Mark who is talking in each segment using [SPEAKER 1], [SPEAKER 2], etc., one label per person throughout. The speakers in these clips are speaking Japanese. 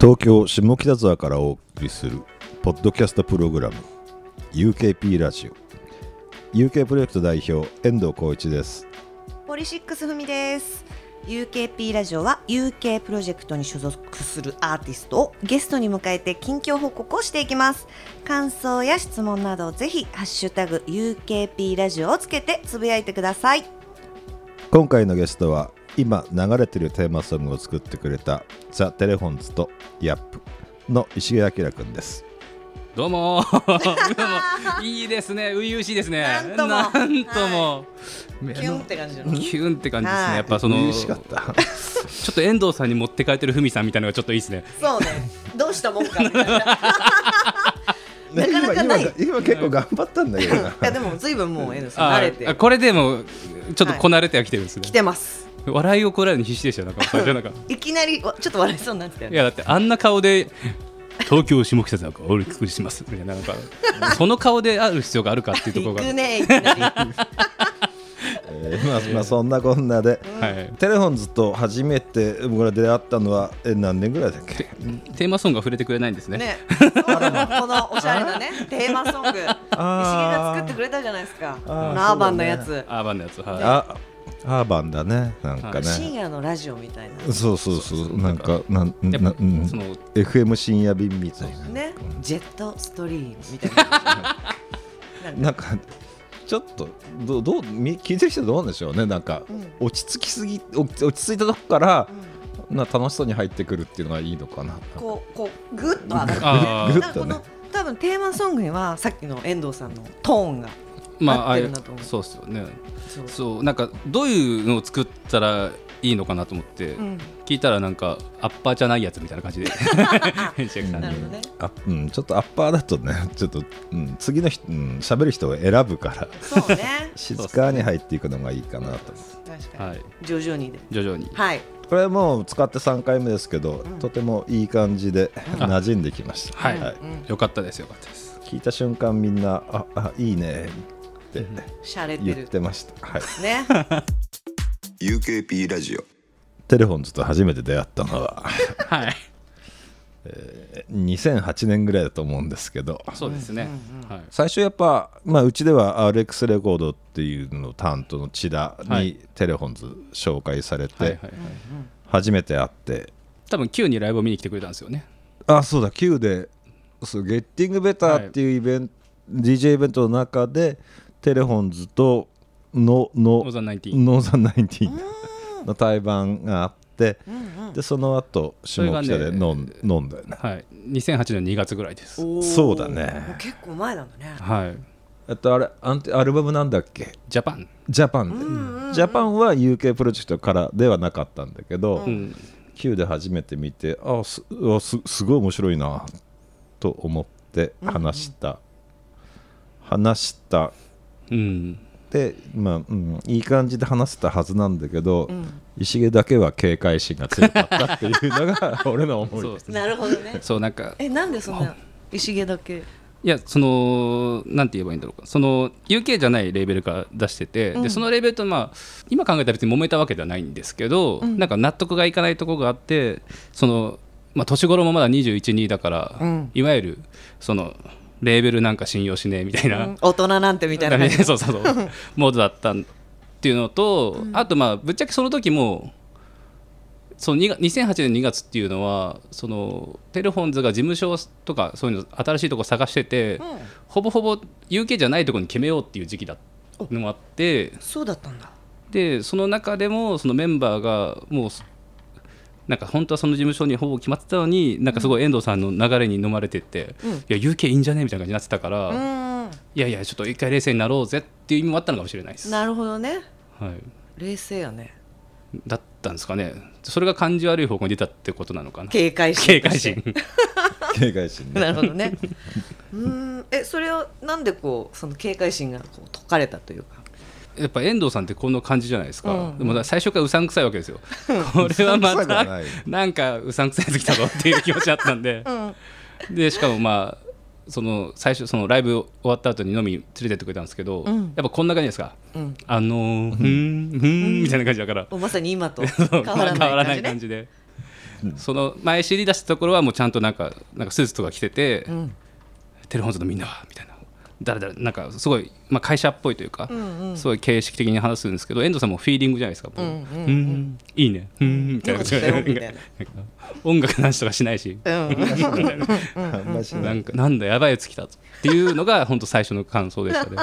[SPEAKER 1] 東京下北沢からお送りするポッドキャストプログラム UKP ラジオ UK プロジェクト代表遠藤浩一です
[SPEAKER 2] ポリシックスふみです。UKP ラジオは UK プロジェクトに所属するアーティストをゲストに迎えて近況報告をしていきます。感想や質問などぜひハッシュタグ UKP ラジオをつけてつぶやいてください。
[SPEAKER 1] 今回のゲストは今流れてるテーマソングを作ってくれたザ・テレフォンズとヤップの石毛明君です
[SPEAKER 3] ど うもーどうもいいですね初々しいですね
[SPEAKER 2] なんとも
[SPEAKER 3] なんとも
[SPEAKER 2] キュンって感じ
[SPEAKER 3] あのキュンって感じです
[SPEAKER 2] は
[SPEAKER 3] ね
[SPEAKER 2] い
[SPEAKER 3] やっぱその
[SPEAKER 1] 嬉し
[SPEAKER 3] ち
[SPEAKER 1] か
[SPEAKER 3] ょ
[SPEAKER 1] った
[SPEAKER 3] っと遠藤さんに持って帰ってるふみさんみたいなのがちょっといいですね
[SPEAKER 2] そうね。どうしたもんかみたいな。
[SPEAKER 1] ね
[SPEAKER 2] なかなか
[SPEAKER 1] 今
[SPEAKER 2] ない
[SPEAKER 1] 今今結構頑張ったんだけどな
[SPEAKER 2] いやでも随分もう N さん
[SPEAKER 3] あ
[SPEAKER 2] 慣れ
[SPEAKER 3] あ
[SPEAKER 2] て
[SPEAKER 3] これでもちょっとこなれてはきてるんですね
[SPEAKER 2] 来、てます。
[SPEAKER 3] 笑いをこらえるに必死でしたよなんか最初なんか
[SPEAKER 2] いきなりわちょっと笑いそうになってたよ
[SPEAKER 3] い
[SPEAKER 2] ね。
[SPEAKER 3] やだってあんな顔で東京下北沢からお送りしますみたいななんかその顔である必要があるかっていうと
[SPEAKER 2] 行
[SPEAKER 3] ころが
[SPEAKER 2] くねいきなり。
[SPEAKER 1] えーまあまあそんなこんなで
[SPEAKER 3] はい
[SPEAKER 1] テレフォンズと初めて僕ら出会ったのはえ何年ぐらいだっけ
[SPEAKER 3] テーマソングは触れてくれないんですね
[SPEAKER 2] ね、そうこのおしゃれなねテーマソング石毛が作ってくれたじゃないですかこ
[SPEAKER 1] あー
[SPEAKER 2] のアーバンのやつ、
[SPEAKER 3] アーバンのやつはい
[SPEAKER 1] あアーバンだねなんか
[SPEAKER 3] あ
[SPEAKER 2] 深
[SPEAKER 1] ね
[SPEAKER 2] 夜のラジオみたいな
[SPEAKER 1] そうそうそうなんかなん
[SPEAKER 3] やっぱ
[SPEAKER 1] なうん
[SPEAKER 3] その
[SPEAKER 1] FM 深夜便みたいな
[SPEAKER 2] ねジェットストリームみたいな
[SPEAKER 1] なんかちょっとどうどうみ聞いてる人どうなんでしょうねなんか、
[SPEAKER 2] う
[SPEAKER 1] 落ち着きすぎお落ち着いたとこから、な楽しそうに入ってくるっていうのがいいのかな
[SPEAKER 2] こうこうグッと上がる
[SPEAKER 3] あー
[SPEAKER 1] グッ
[SPEAKER 2] なんか
[SPEAKER 1] と
[SPEAKER 2] こ
[SPEAKER 1] ね
[SPEAKER 2] の多分テーマソングにはさっきの遠藤さんのトーンが
[SPEAKER 3] まあ、
[SPEAKER 2] 合っ
[SPEAKER 3] あ
[SPEAKER 2] て
[SPEAKER 3] あ
[SPEAKER 2] る
[SPEAKER 3] い
[SPEAKER 2] んだと思う
[SPEAKER 3] そうっすよね
[SPEAKER 2] そう
[SPEAKER 3] そうなんかどういうのを作ったらいいのかなと思って、
[SPEAKER 2] うん
[SPEAKER 3] 聞いたらなんかアッパーじゃないやつみたいな感じ で編集
[SPEAKER 1] う
[SPEAKER 3] が
[SPEAKER 1] ん
[SPEAKER 2] なるほどね
[SPEAKER 1] あうん、ちょっとアッパーだとねちょっと、うん、次の人、うん、喋る人を選ぶから
[SPEAKER 2] そうね
[SPEAKER 1] 静かに入っていくのがいいかなと
[SPEAKER 2] 確か
[SPEAKER 3] は
[SPEAKER 2] に
[SPEAKER 3] い
[SPEAKER 2] 徐々にで
[SPEAKER 3] 徐々に
[SPEAKER 2] はい
[SPEAKER 1] これはもう使って3回目ですけど、とてもいい感じで馴染んできました、
[SPEAKER 3] はい、
[SPEAKER 1] はい
[SPEAKER 3] よかったですよかったです
[SPEAKER 1] 聞いた瞬間みんな「ああいいね」って
[SPEAKER 2] 洒落て
[SPEAKER 1] 言っ
[SPEAKER 2] る
[SPEAKER 1] てました、はい、
[SPEAKER 2] ね
[SPEAKER 4] UKP ラジオ
[SPEAKER 1] テレフォンズと初めて出会ったのは
[SPEAKER 3] はい
[SPEAKER 1] 2008年ぐらいだと思うんですけど
[SPEAKER 3] そうですね、はい
[SPEAKER 1] 最初やっぱ、まあ、うちでは RX レコードっていうのを担当の千田
[SPEAKER 3] はい
[SPEAKER 1] にテレフォンズ紹介され
[SPEAKER 3] はいはい
[SPEAKER 1] て
[SPEAKER 3] はい
[SPEAKER 1] 初めて会って、
[SPEAKER 3] 多分 Q にライブを見に来てくれたんですよね
[SPEAKER 1] あそうだ Q でそうゲッティングベターっていうイベント、DJ イベントの中でテレフォンズとのの
[SPEAKER 3] ノーザンナインティーン
[SPEAKER 1] ノーザンナインティーンの対バンがあって、でその後下北
[SPEAKER 3] それ
[SPEAKER 1] で
[SPEAKER 3] がね
[SPEAKER 1] 飲ん,、飲んだよね
[SPEAKER 3] はい2008年2月ぐらいです
[SPEAKER 2] おー
[SPEAKER 1] そうだね
[SPEAKER 2] もう結構前なんだね
[SPEAKER 3] はい
[SPEAKER 1] えっとあれアンテアルバムなんだっけ
[SPEAKER 3] ジャパン
[SPEAKER 1] ジャパンで、ジャパンは UK プロジェクトからではなかったんだけど、
[SPEAKER 3] うん、
[SPEAKER 1] Q で初めて見てあすあすすごい面白いなと思って話した、話した
[SPEAKER 3] うん、
[SPEAKER 1] でまあ、うん、いい感じで話せたはずなんだけど、石毛だけは警戒心が強かったっていうの が俺の思い
[SPEAKER 3] そう
[SPEAKER 1] で
[SPEAKER 3] ですね
[SPEAKER 2] なるほどね
[SPEAKER 3] そうなんか
[SPEAKER 2] えなんでそんな石毛だけ
[SPEAKER 3] いやそのなんて言えばいいんだろうかその UK じゃないレーベルから出してて、でそのレーベルと、まあ、今考えたら別に揉めたわけではないんですけど、なんか納得がいかないところがあってその、まあ、年頃もまだ212だから、いわゆるそのレーベルなんか信用しねえみたいな、
[SPEAKER 2] 大人なんてみたいな
[SPEAKER 3] ダ
[SPEAKER 2] 感
[SPEAKER 3] メ
[SPEAKER 2] じ
[SPEAKER 3] そうそ うそうモードだったっていうのと、あとまあぶっちゃけその時もその2が2008年2月っていうのはそのテレフォンズが事務所とかそういうの新しいとこ探してて、ほぼほぼ UK じゃないとこに決めようっていう時期だのもあって
[SPEAKER 2] そうだったんだ
[SPEAKER 3] でその中でもそのメンバーがもうなんか本当はその事務所にほぼ決まってたのになんかすごい遠藤さんの流れに飲まれてって、いや UK いいんじゃねみたいな感じになってたから。
[SPEAKER 2] うん
[SPEAKER 3] いやいやちょっと一回冷静になろうぜっていう意味もあったのかもしれないです、は
[SPEAKER 2] なるほどね
[SPEAKER 3] い、
[SPEAKER 2] 冷静やね
[SPEAKER 3] だったんですかねそれが感じ悪い方向に出たってことなのかな
[SPEAKER 2] 警戒心
[SPEAKER 3] 警戒心
[SPEAKER 1] 警戒心ね
[SPEAKER 2] なるほどねうんえそれをなんでこうその警戒心がこう解かれたというか
[SPEAKER 3] やっぱ遠藤さんってこの感じじゃないですか、
[SPEAKER 2] うん
[SPEAKER 3] でもだ最初からうさんくさいわけですよこれはま
[SPEAKER 1] うさんくさ
[SPEAKER 3] た
[SPEAKER 1] くはない
[SPEAKER 3] なんかうさんくさいやつ来たぞっていう気持ちだったんで、でしかもまあその最初そのライブ終わった後に飲み連れてってくれたんですけど、
[SPEAKER 2] ん
[SPEAKER 3] やっぱこんな感じですか、
[SPEAKER 2] うん
[SPEAKER 3] あのー、ふーんふーんみたいな感じだから
[SPEAKER 2] もうまさに今と
[SPEAKER 3] そう
[SPEAKER 2] 変わらない感じ,、ね、
[SPEAKER 3] でその前知り出したところはもうちゃんとなんかなんかスーツとか着てて、
[SPEAKER 2] ん
[SPEAKER 3] テレフォンズのみんなはみたいな。誰誰なんかすごい、まあ、会社っぽいというか、
[SPEAKER 2] ん
[SPEAKER 3] すごい形式的に話すんですけど遠藤さんもフィーリングじゃないですか、もううんいいねうんみたいな
[SPEAKER 2] なんか違うよみたいな
[SPEAKER 3] 音楽の話とかしない し、
[SPEAKER 1] あんまし
[SPEAKER 3] な
[SPEAKER 1] ない
[SPEAKER 3] んかなんだやばいやつ来たぞっていうのが本当最初の感想でしたね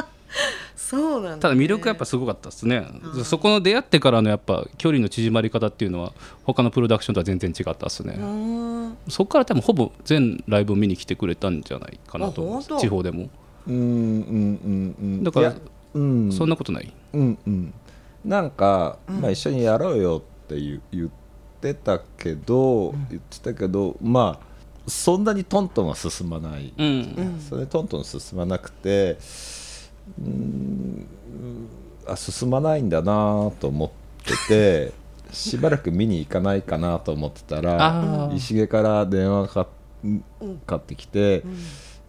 [SPEAKER 2] そうなん
[SPEAKER 3] た
[SPEAKER 2] だ
[SPEAKER 3] だ魅力はやっぱすごかったですねそこの出会ってからのやっぱ距離の縮まり方っていうのは他のプロダクションとは全然違ったですね、
[SPEAKER 2] うーん
[SPEAKER 3] そこから多分ほぼ全ライブを見に来てくれたんじゃないかなと思いま
[SPEAKER 2] あ
[SPEAKER 3] す
[SPEAKER 2] 本当
[SPEAKER 3] 地方でも、
[SPEAKER 1] うんうんうんうん
[SPEAKER 3] だから
[SPEAKER 1] いやうん
[SPEAKER 3] そんなことない
[SPEAKER 1] うんうんなんか、まあ、一緒にやろうよって言う言ってたけど、言ってたけどまあそんなにトントンは進まない、
[SPEAKER 3] うん、
[SPEAKER 1] それトントン進まなくてうーんあ進まないんだなと思 っててしばらく見に行かないかなと思ってたら
[SPEAKER 3] あー
[SPEAKER 1] 石毛から電話がかかってきて、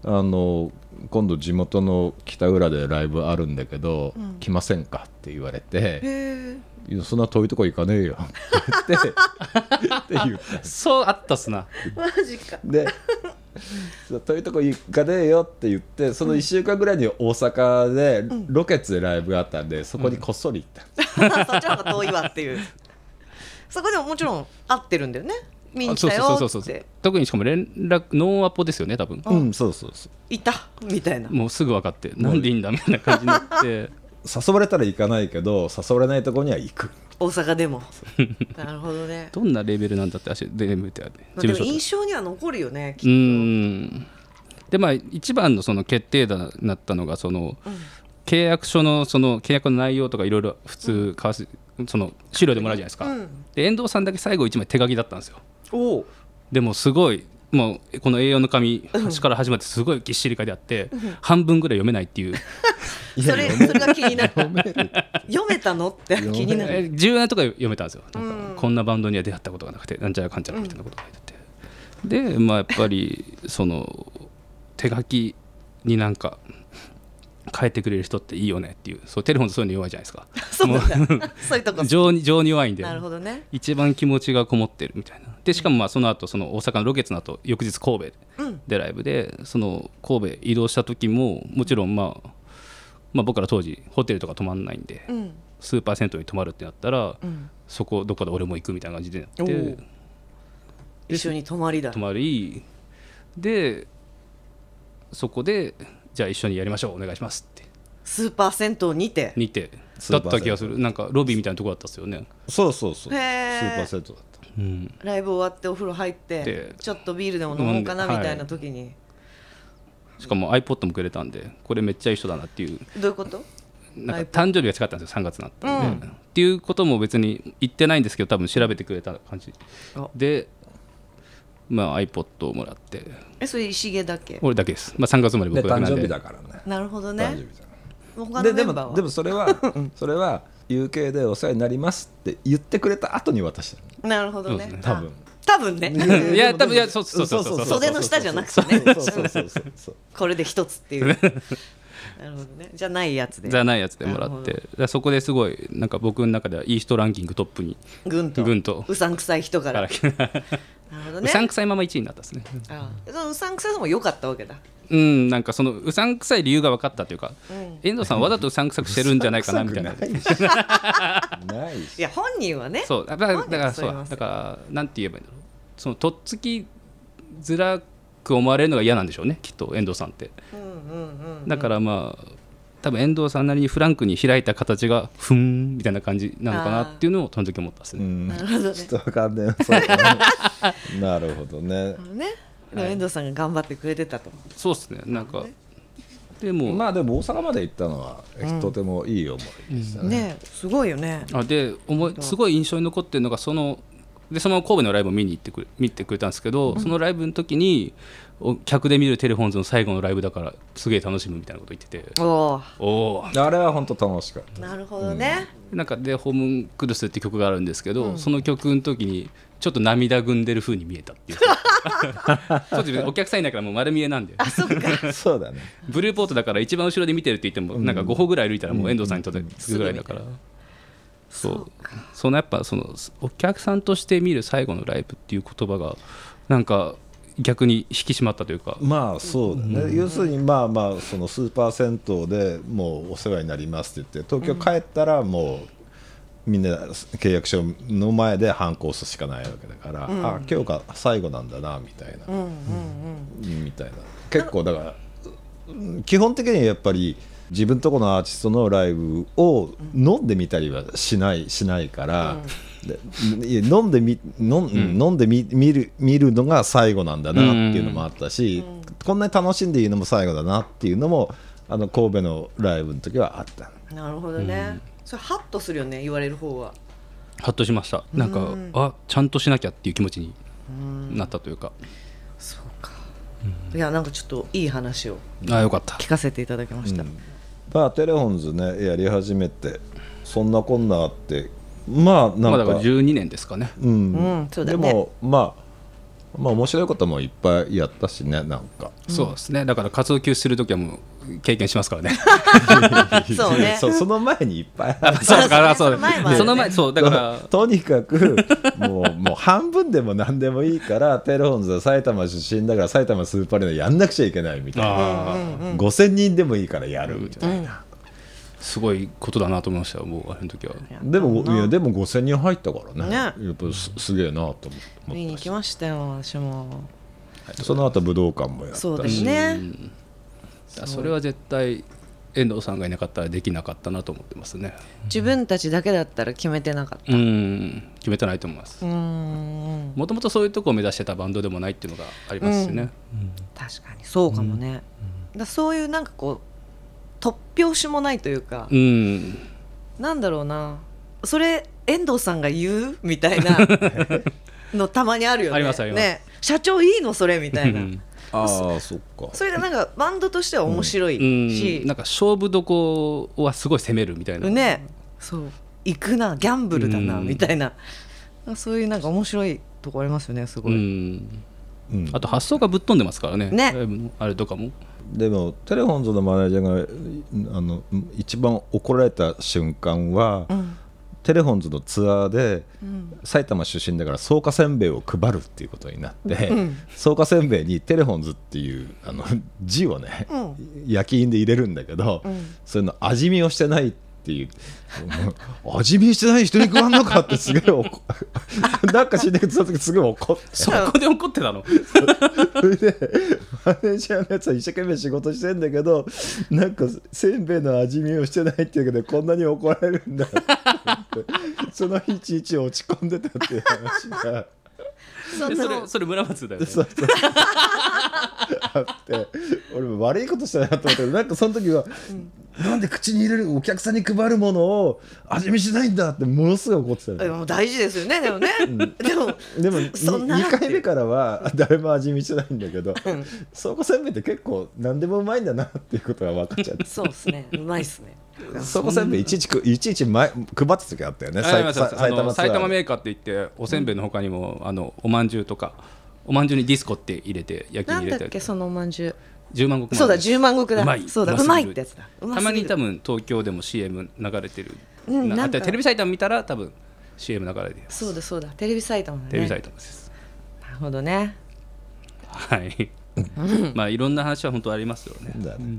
[SPEAKER 1] あの今度地元の北浦でライブあるんだけど、来ませんかって言われて
[SPEAKER 2] へ
[SPEAKER 1] いやそんな遠いとこ行かねえよって 言ってって言った
[SPEAKER 3] そうあったっすな
[SPEAKER 2] ーマジか
[SPEAKER 1] でそう遠いとこ行かねえよって言ってその1週間ぐらいに大阪でロケツでライブがあったんでそこにこっそり行った、
[SPEAKER 2] そっちの方が遠いわっていうそこでももちろん合ってるんだよね見に来
[SPEAKER 3] そう
[SPEAKER 2] たよ
[SPEAKER 3] そうそうそ
[SPEAKER 2] っ
[SPEAKER 3] うそう
[SPEAKER 2] て
[SPEAKER 3] 特にしかも連絡ノンアポですよね多分
[SPEAKER 1] うんそうそうそう
[SPEAKER 2] いたみたいな
[SPEAKER 3] もうすぐ分かってなんでいいんだみたいな感じになって
[SPEAKER 1] 誘われたら行かないけど誘われないとこには行く
[SPEAKER 2] 大阪でもなるほどね
[SPEAKER 3] どんなレベルなんだって足で眠ってあって
[SPEAKER 2] まあでも
[SPEAKER 3] とか
[SPEAKER 2] 印象には残るよねきっ
[SPEAKER 3] う
[SPEAKER 2] と
[SPEAKER 3] ーんでまあ一番のその決定打になったのがその、契約書のその契約の内容とかいろいろ普通交わす、その資料でもらうじゃないですか、
[SPEAKER 2] うん
[SPEAKER 3] で遠藤さんだけ最後一枚手書きだったんですよ
[SPEAKER 2] おう
[SPEAKER 3] でもすごいもうこの A4 の紙端から始まってすごいぎっしり書いてあって、半分ぐらい読めないっていう、
[SPEAKER 2] それそれが気になった読めたのって気になる
[SPEAKER 3] えー重要なとこ読めたんですよなんかこんなバンドには出会ったことがなくてなんちゃらかんちゃらみたいなことが書いてあって、でまあやっぱりその手書きになんか変えてくれる人っていいよねっていうそうテレフォンってそういうの弱いじゃないですか
[SPEAKER 2] そうなんだそういうとこ
[SPEAKER 3] 情に情に弱いんで
[SPEAKER 2] なるほどね
[SPEAKER 3] 一番気持ちがこもってるみたいなでしかもまあその後その大阪のロケツの後翌日神戸で,、ライブでその神戸移動した時ももちろん、まあ、まあ僕ら当時ホテルとか泊まんないんで、
[SPEAKER 2] うん
[SPEAKER 3] スーパー銭湯に泊まるってなったら、そこどこで俺も行くみたいな感じでなって
[SPEAKER 2] おー一緒に泊まりだ
[SPEAKER 3] 泊まりでそこでじゃあ一緒にやりましょうお願いしますって
[SPEAKER 2] スーパー銭湯にて
[SPEAKER 3] 似て
[SPEAKER 1] ス
[SPEAKER 3] だ
[SPEAKER 1] ー
[SPEAKER 3] っ
[SPEAKER 1] パー銭湯
[SPEAKER 3] た気がするなんかロビーみたいなとこだったっすよね、
[SPEAKER 1] そうそうそうス
[SPEAKER 2] へ
[SPEAKER 1] ーパ
[SPEAKER 2] ー
[SPEAKER 1] ーセットだった
[SPEAKER 3] うん、
[SPEAKER 2] ライブ終わってお風呂入って
[SPEAKER 3] で
[SPEAKER 2] ちょっとビールでも飲もうかな
[SPEAKER 3] 飲んで
[SPEAKER 2] みたいな時に
[SPEAKER 3] しかも iPod もくれたんでこれめっちゃ一緒だなっていう
[SPEAKER 2] どういうこと
[SPEAKER 3] なんか誕生日が近かったんですよ3月になったんで、っていうことも別に言ってないんですけど多分調べてくれた感じ
[SPEAKER 2] あ
[SPEAKER 3] で、まあ、iPod をもらって
[SPEAKER 2] えそれ石毛だけ
[SPEAKER 3] 俺だけです、まあ、3月生まれ
[SPEAKER 1] で
[SPEAKER 3] 僕だけ
[SPEAKER 1] 誕
[SPEAKER 3] な
[SPEAKER 1] 生
[SPEAKER 3] んで
[SPEAKER 1] 日だからね
[SPEAKER 2] なるほど
[SPEAKER 1] 誕生
[SPEAKER 2] ね
[SPEAKER 1] 日だか
[SPEAKER 2] もう他
[SPEAKER 1] ら
[SPEAKER 2] の
[SPEAKER 1] で
[SPEAKER 2] メ
[SPEAKER 1] で
[SPEAKER 2] ンバ
[SPEAKER 1] も
[SPEAKER 2] ー
[SPEAKER 1] で
[SPEAKER 2] は
[SPEAKER 1] もそれ はそれは UK でお世話になりますって言ってくれた後に渡したの
[SPEAKER 2] なるほど
[SPEAKER 3] そうです
[SPEAKER 2] ね
[SPEAKER 3] ね
[SPEAKER 1] 多分
[SPEAKER 2] あ多分ね
[SPEAKER 3] いや多分いやそうそうそうそう
[SPEAKER 2] 袖の下じゃなくてね
[SPEAKER 1] そうそうそうそうそう
[SPEAKER 2] これで一つ っていうなるほどねじゃないやつで
[SPEAKER 3] じゃないやつでもらっ
[SPEAKER 2] なる
[SPEAKER 3] てだからそこですごいなんか僕の中ではいい人ランキングトップに
[SPEAKER 2] ぐんと
[SPEAKER 3] ぐんと
[SPEAKER 2] うさんくさい人か
[SPEAKER 3] からら
[SPEAKER 2] なる
[SPEAKER 3] 来た
[SPEAKER 2] ほど
[SPEAKER 3] う
[SPEAKER 2] ね
[SPEAKER 3] さんくさいまま1位になったんですね
[SPEAKER 2] ああそのうさんくささも良かったわけだ
[SPEAKER 3] うんなんかそのうさんくさい理由が分かったというか、遠藤さんわざとうさんくさくしてるん じゃないかなみた いな
[SPEAKER 1] ないし ない
[SPEAKER 2] い
[SPEAKER 1] し
[SPEAKER 2] や本人はね
[SPEAKER 3] そうだからだ
[SPEAKER 2] 本人
[SPEAKER 3] から
[SPEAKER 2] はそ
[SPEAKER 3] そうう
[SPEAKER 2] 言い
[SPEAKER 3] だ
[SPEAKER 2] ます
[SPEAKER 3] だからなんて言えばいいんだろうそのとっつきづらく思われるのが嫌なんでしょうねきっと遠藤さんって、だからまあ多分遠藤さんなりにフランクに開いた形がふーんみたいな感じなのかなっていうのをその時思ったんです
[SPEAKER 1] う
[SPEAKER 3] ね、
[SPEAKER 1] ん
[SPEAKER 2] なるほどね
[SPEAKER 1] ちょっとわかんねえそう だねなるほどね
[SPEAKER 2] ねでも遠藤さんが頑張ってくれてたと
[SPEAKER 3] そうですねなんかでも、
[SPEAKER 1] まあでも大阪まで行ったのはとてもいい思いでしたね,、
[SPEAKER 2] ねすごいよね
[SPEAKER 3] あで思いすごい印象に残ってるのがそのでそのまま神戸のライブを見に行ってくれ見てくれたんですけど、そのライブの時にお客で見るテレフォンズの最後のライブだからすげえ楽しむみたいなこと言ってて
[SPEAKER 2] お
[SPEAKER 3] おお
[SPEAKER 1] あれは本当楽しかった
[SPEAKER 2] おなるほどね
[SPEAKER 3] なんかで「ホームクルス」って曲があるんですけど、その曲の時にちょっと涙ぐんでる風に見えた っていうそうですねお客さんいないからもう丸見えなんで
[SPEAKER 2] あそ っか
[SPEAKER 1] そうだね
[SPEAKER 3] ブルーポートだから一番後ろで見てるって言ってもなんか5歩ぐらい歩いたらもう遠藤さんにとってつくぐらいだから、そうそのやっぱそのお客さんとして見る最後のライブっていう言葉がなんか逆に引き締まったというか、
[SPEAKER 1] まあそうだね、要するにまあまあそのスーパー銭湯でもうお世話になりますって言って東京帰ったらもうみんな契約書の前で反抗すしかないわけだから、あ今日が最後なんだなみたいな、みたいな結構だからうん基本的にはやっぱり自分とこのアーティストのライブを飲んでみたりはしないしないから、でいや飲んでみ飲ん飲んでみ見る見るのが最後なんだなっていうのもあったし、こんなに楽しんでいいのも最後だなっていうのもあの神戸のライブの時はあった
[SPEAKER 2] なるほどね、それハッとするよね言われる方は
[SPEAKER 3] ハッとしましたなんか、あちゃんとしなきゃっていう気持ちになったというか、
[SPEAKER 2] そうか、いやなんかちょっといい話を
[SPEAKER 3] あよかった
[SPEAKER 2] 聞かせていただきました、
[SPEAKER 1] まあテレホンズねやり始めてそんなこんなあってまあなんか,、
[SPEAKER 3] まあだから12年ですかね
[SPEAKER 1] うん
[SPEAKER 2] うんそうだね
[SPEAKER 1] でもまあまあ面白いこともいっぱいやったしねなんか
[SPEAKER 3] そうですねだから活動休止するときはもう経験しますからね
[SPEAKER 2] そうね
[SPEAKER 1] そその前にいっぱいあっ
[SPEAKER 3] そうだから
[SPEAKER 2] そ
[SPEAKER 3] そ
[SPEAKER 2] その
[SPEAKER 3] うう
[SPEAKER 2] 前もあるね
[SPEAKER 3] その前そうだから
[SPEAKER 1] ととにかくもうもう半分でも何でもいいからテレホンズは埼玉出身だから埼玉スーパーアリーナやんなくちゃいけないみたいな、5000人でもいいからやるみたいな、
[SPEAKER 3] すごいことだなと思いましたもうあれの時は
[SPEAKER 1] でもいやでも5000人入ったからね
[SPEAKER 2] ね
[SPEAKER 1] やっぱすすげえなと思思
[SPEAKER 2] 見に
[SPEAKER 1] っ
[SPEAKER 2] 行
[SPEAKER 1] た
[SPEAKER 2] き
[SPEAKER 1] し
[SPEAKER 2] ましたよ私も
[SPEAKER 1] その後武道館もやったし
[SPEAKER 2] そうですね
[SPEAKER 3] それは絶対遠藤さんがいなかったらできなかったなと思ってますね
[SPEAKER 2] 自分たちだけだったら決めてなかっ
[SPEAKER 3] うん決めてないと思います
[SPEAKER 2] たうーん
[SPEAKER 3] もともとそういうとこを目指してたバンドでもないっていうのがありますしね、
[SPEAKER 2] 確かにそうかもね、だそういうなんかこう突拍子もないというか、
[SPEAKER 3] うん
[SPEAKER 2] なんだろうなそれ遠藤さんが言うみたい なのたまにあるよね
[SPEAKER 3] ありますあります
[SPEAKER 2] ね社長いいのそれみたいな
[SPEAKER 3] うん
[SPEAKER 1] ああそっか
[SPEAKER 2] それがなんかバンドとしては面白いし、
[SPEAKER 3] うんなんか勝負どこはすごい攻めるみたいな、
[SPEAKER 2] ねそう行くなギャンブルだな、
[SPEAKER 3] うん
[SPEAKER 2] みたいな そういうなんか面白いとこありますよねすご
[SPEAKER 3] う
[SPEAKER 2] い、
[SPEAKER 3] ん、
[SPEAKER 1] うん
[SPEAKER 3] あと発想がぶっ飛んでますからね
[SPEAKER 2] ね
[SPEAKER 3] ライブのあれとかも
[SPEAKER 1] でもテレホンズのマネージャーがあの一番怒られた瞬間は、
[SPEAKER 2] ん
[SPEAKER 1] テレホンズのツアーで、埼玉出身だから草加せんべいを配るっていうことになって、草加せんべいにテレホンズっていうあの字をね、焼き印で入れるんだけど、そういうの味見をしてないっていう。 もう味見してない人に食わんのかってすげえ怒 なんか死んでくその時すごい怒って
[SPEAKER 3] そこで怒ってたの
[SPEAKER 1] それでマネージャーのやつは一生懸命仕事してんだけどなんかせんべいの味見をしてないっていうけどこんなに怒られるんだって 言ってその日いちいち落ち込んでたっていう話が
[SPEAKER 2] そん
[SPEAKER 3] え
[SPEAKER 2] な
[SPEAKER 3] それそれ村松だよね
[SPEAKER 1] そうそうあって俺も悪いことしたなと思ったけどなんかその時は、なんで口に入れるお客さんに配るものを味見しないんだってものすごい怒ってたの
[SPEAKER 2] でも大事ですよねでもね、 でも
[SPEAKER 1] でも
[SPEAKER 2] そんな
[SPEAKER 1] 2回目からは誰も味見してないんだけど倉庫せんべいって結構何でもうまいんだなっていうことが分かっちゃって
[SPEAKER 2] そうですねうまいっすね
[SPEAKER 1] 倉庫せんべいいちいちくいちいち前配ってた時あったよね
[SPEAKER 3] ありま
[SPEAKER 1] 埼
[SPEAKER 3] すあ
[SPEAKER 1] さ
[SPEAKER 3] ります
[SPEAKER 1] 埼玉
[SPEAKER 3] あの
[SPEAKER 1] ツア
[SPEAKER 3] 埼玉メ
[SPEAKER 1] ー
[SPEAKER 3] ーカーって言っておせんべいの他にもあのおまんじゅうとかおまんじゅうにディスコって入れて焼き
[SPEAKER 2] な
[SPEAKER 3] に
[SPEAKER 2] ん
[SPEAKER 3] 入
[SPEAKER 2] だ
[SPEAKER 3] れ
[SPEAKER 2] っけ
[SPEAKER 3] て
[SPEAKER 2] そのおまんじゅう
[SPEAKER 3] 10万石
[SPEAKER 2] そうだ十万石だ
[SPEAKER 3] うまい
[SPEAKER 2] そうだ
[SPEAKER 3] すぎる
[SPEAKER 2] うまいってやつだうます
[SPEAKER 3] た
[SPEAKER 2] ぎる
[SPEAKER 3] まに多分東京でも CM 流れてる、
[SPEAKER 2] うん
[SPEAKER 3] な
[SPEAKER 2] な
[SPEAKER 3] あ
[SPEAKER 2] んか
[SPEAKER 3] とテレビサイト見たら多分 CM 流れてる
[SPEAKER 2] そうだそうだテレビサイトもね
[SPEAKER 3] テレビサイトです、
[SPEAKER 2] なるほどね
[SPEAKER 3] はいまあいろんな話は本当ありますよね
[SPEAKER 1] だね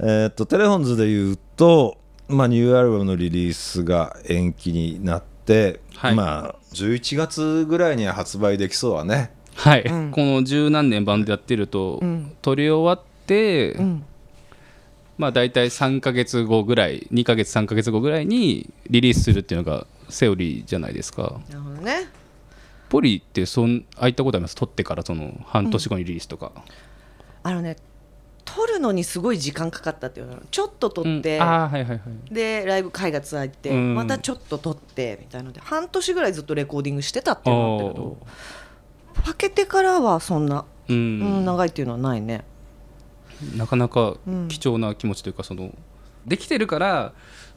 [SPEAKER 1] えーっとテレホンズで言うと、まあ、ニューアルバムのリリースが延期になって、
[SPEAKER 3] はい
[SPEAKER 1] まあ11月ぐらいには発売できそうはね
[SPEAKER 3] はい、この十何年バンドやってると、撮り終わって、まあ大体3か月後ぐらい2か月3か月後ぐらいにリリースするっていうのがセオリーじゃないですか
[SPEAKER 2] なるほどね
[SPEAKER 3] ポリってそんああいったことあります撮ってからその半年後にリリースとか、
[SPEAKER 2] あのね撮るのにすごい時間かかったっていうのちょっと撮
[SPEAKER 3] うん
[SPEAKER 2] って、
[SPEAKER 3] ああはいはいはい
[SPEAKER 2] でライブ海外ツアー行って、
[SPEAKER 3] うん
[SPEAKER 2] またちょっと撮ってみたいので半年ぐらいずっとレコーディングしてたって
[SPEAKER 3] あ
[SPEAKER 2] いうのだったけど
[SPEAKER 3] ー
[SPEAKER 2] 開けてからはそんな、
[SPEAKER 3] う
[SPEAKER 2] うん
[SPEAKER 3] ん、
[SPEAKER 2] 長いっていうのはないね
[SPEAKER 3] なかなか貴重な気持ちというか、そのできてるから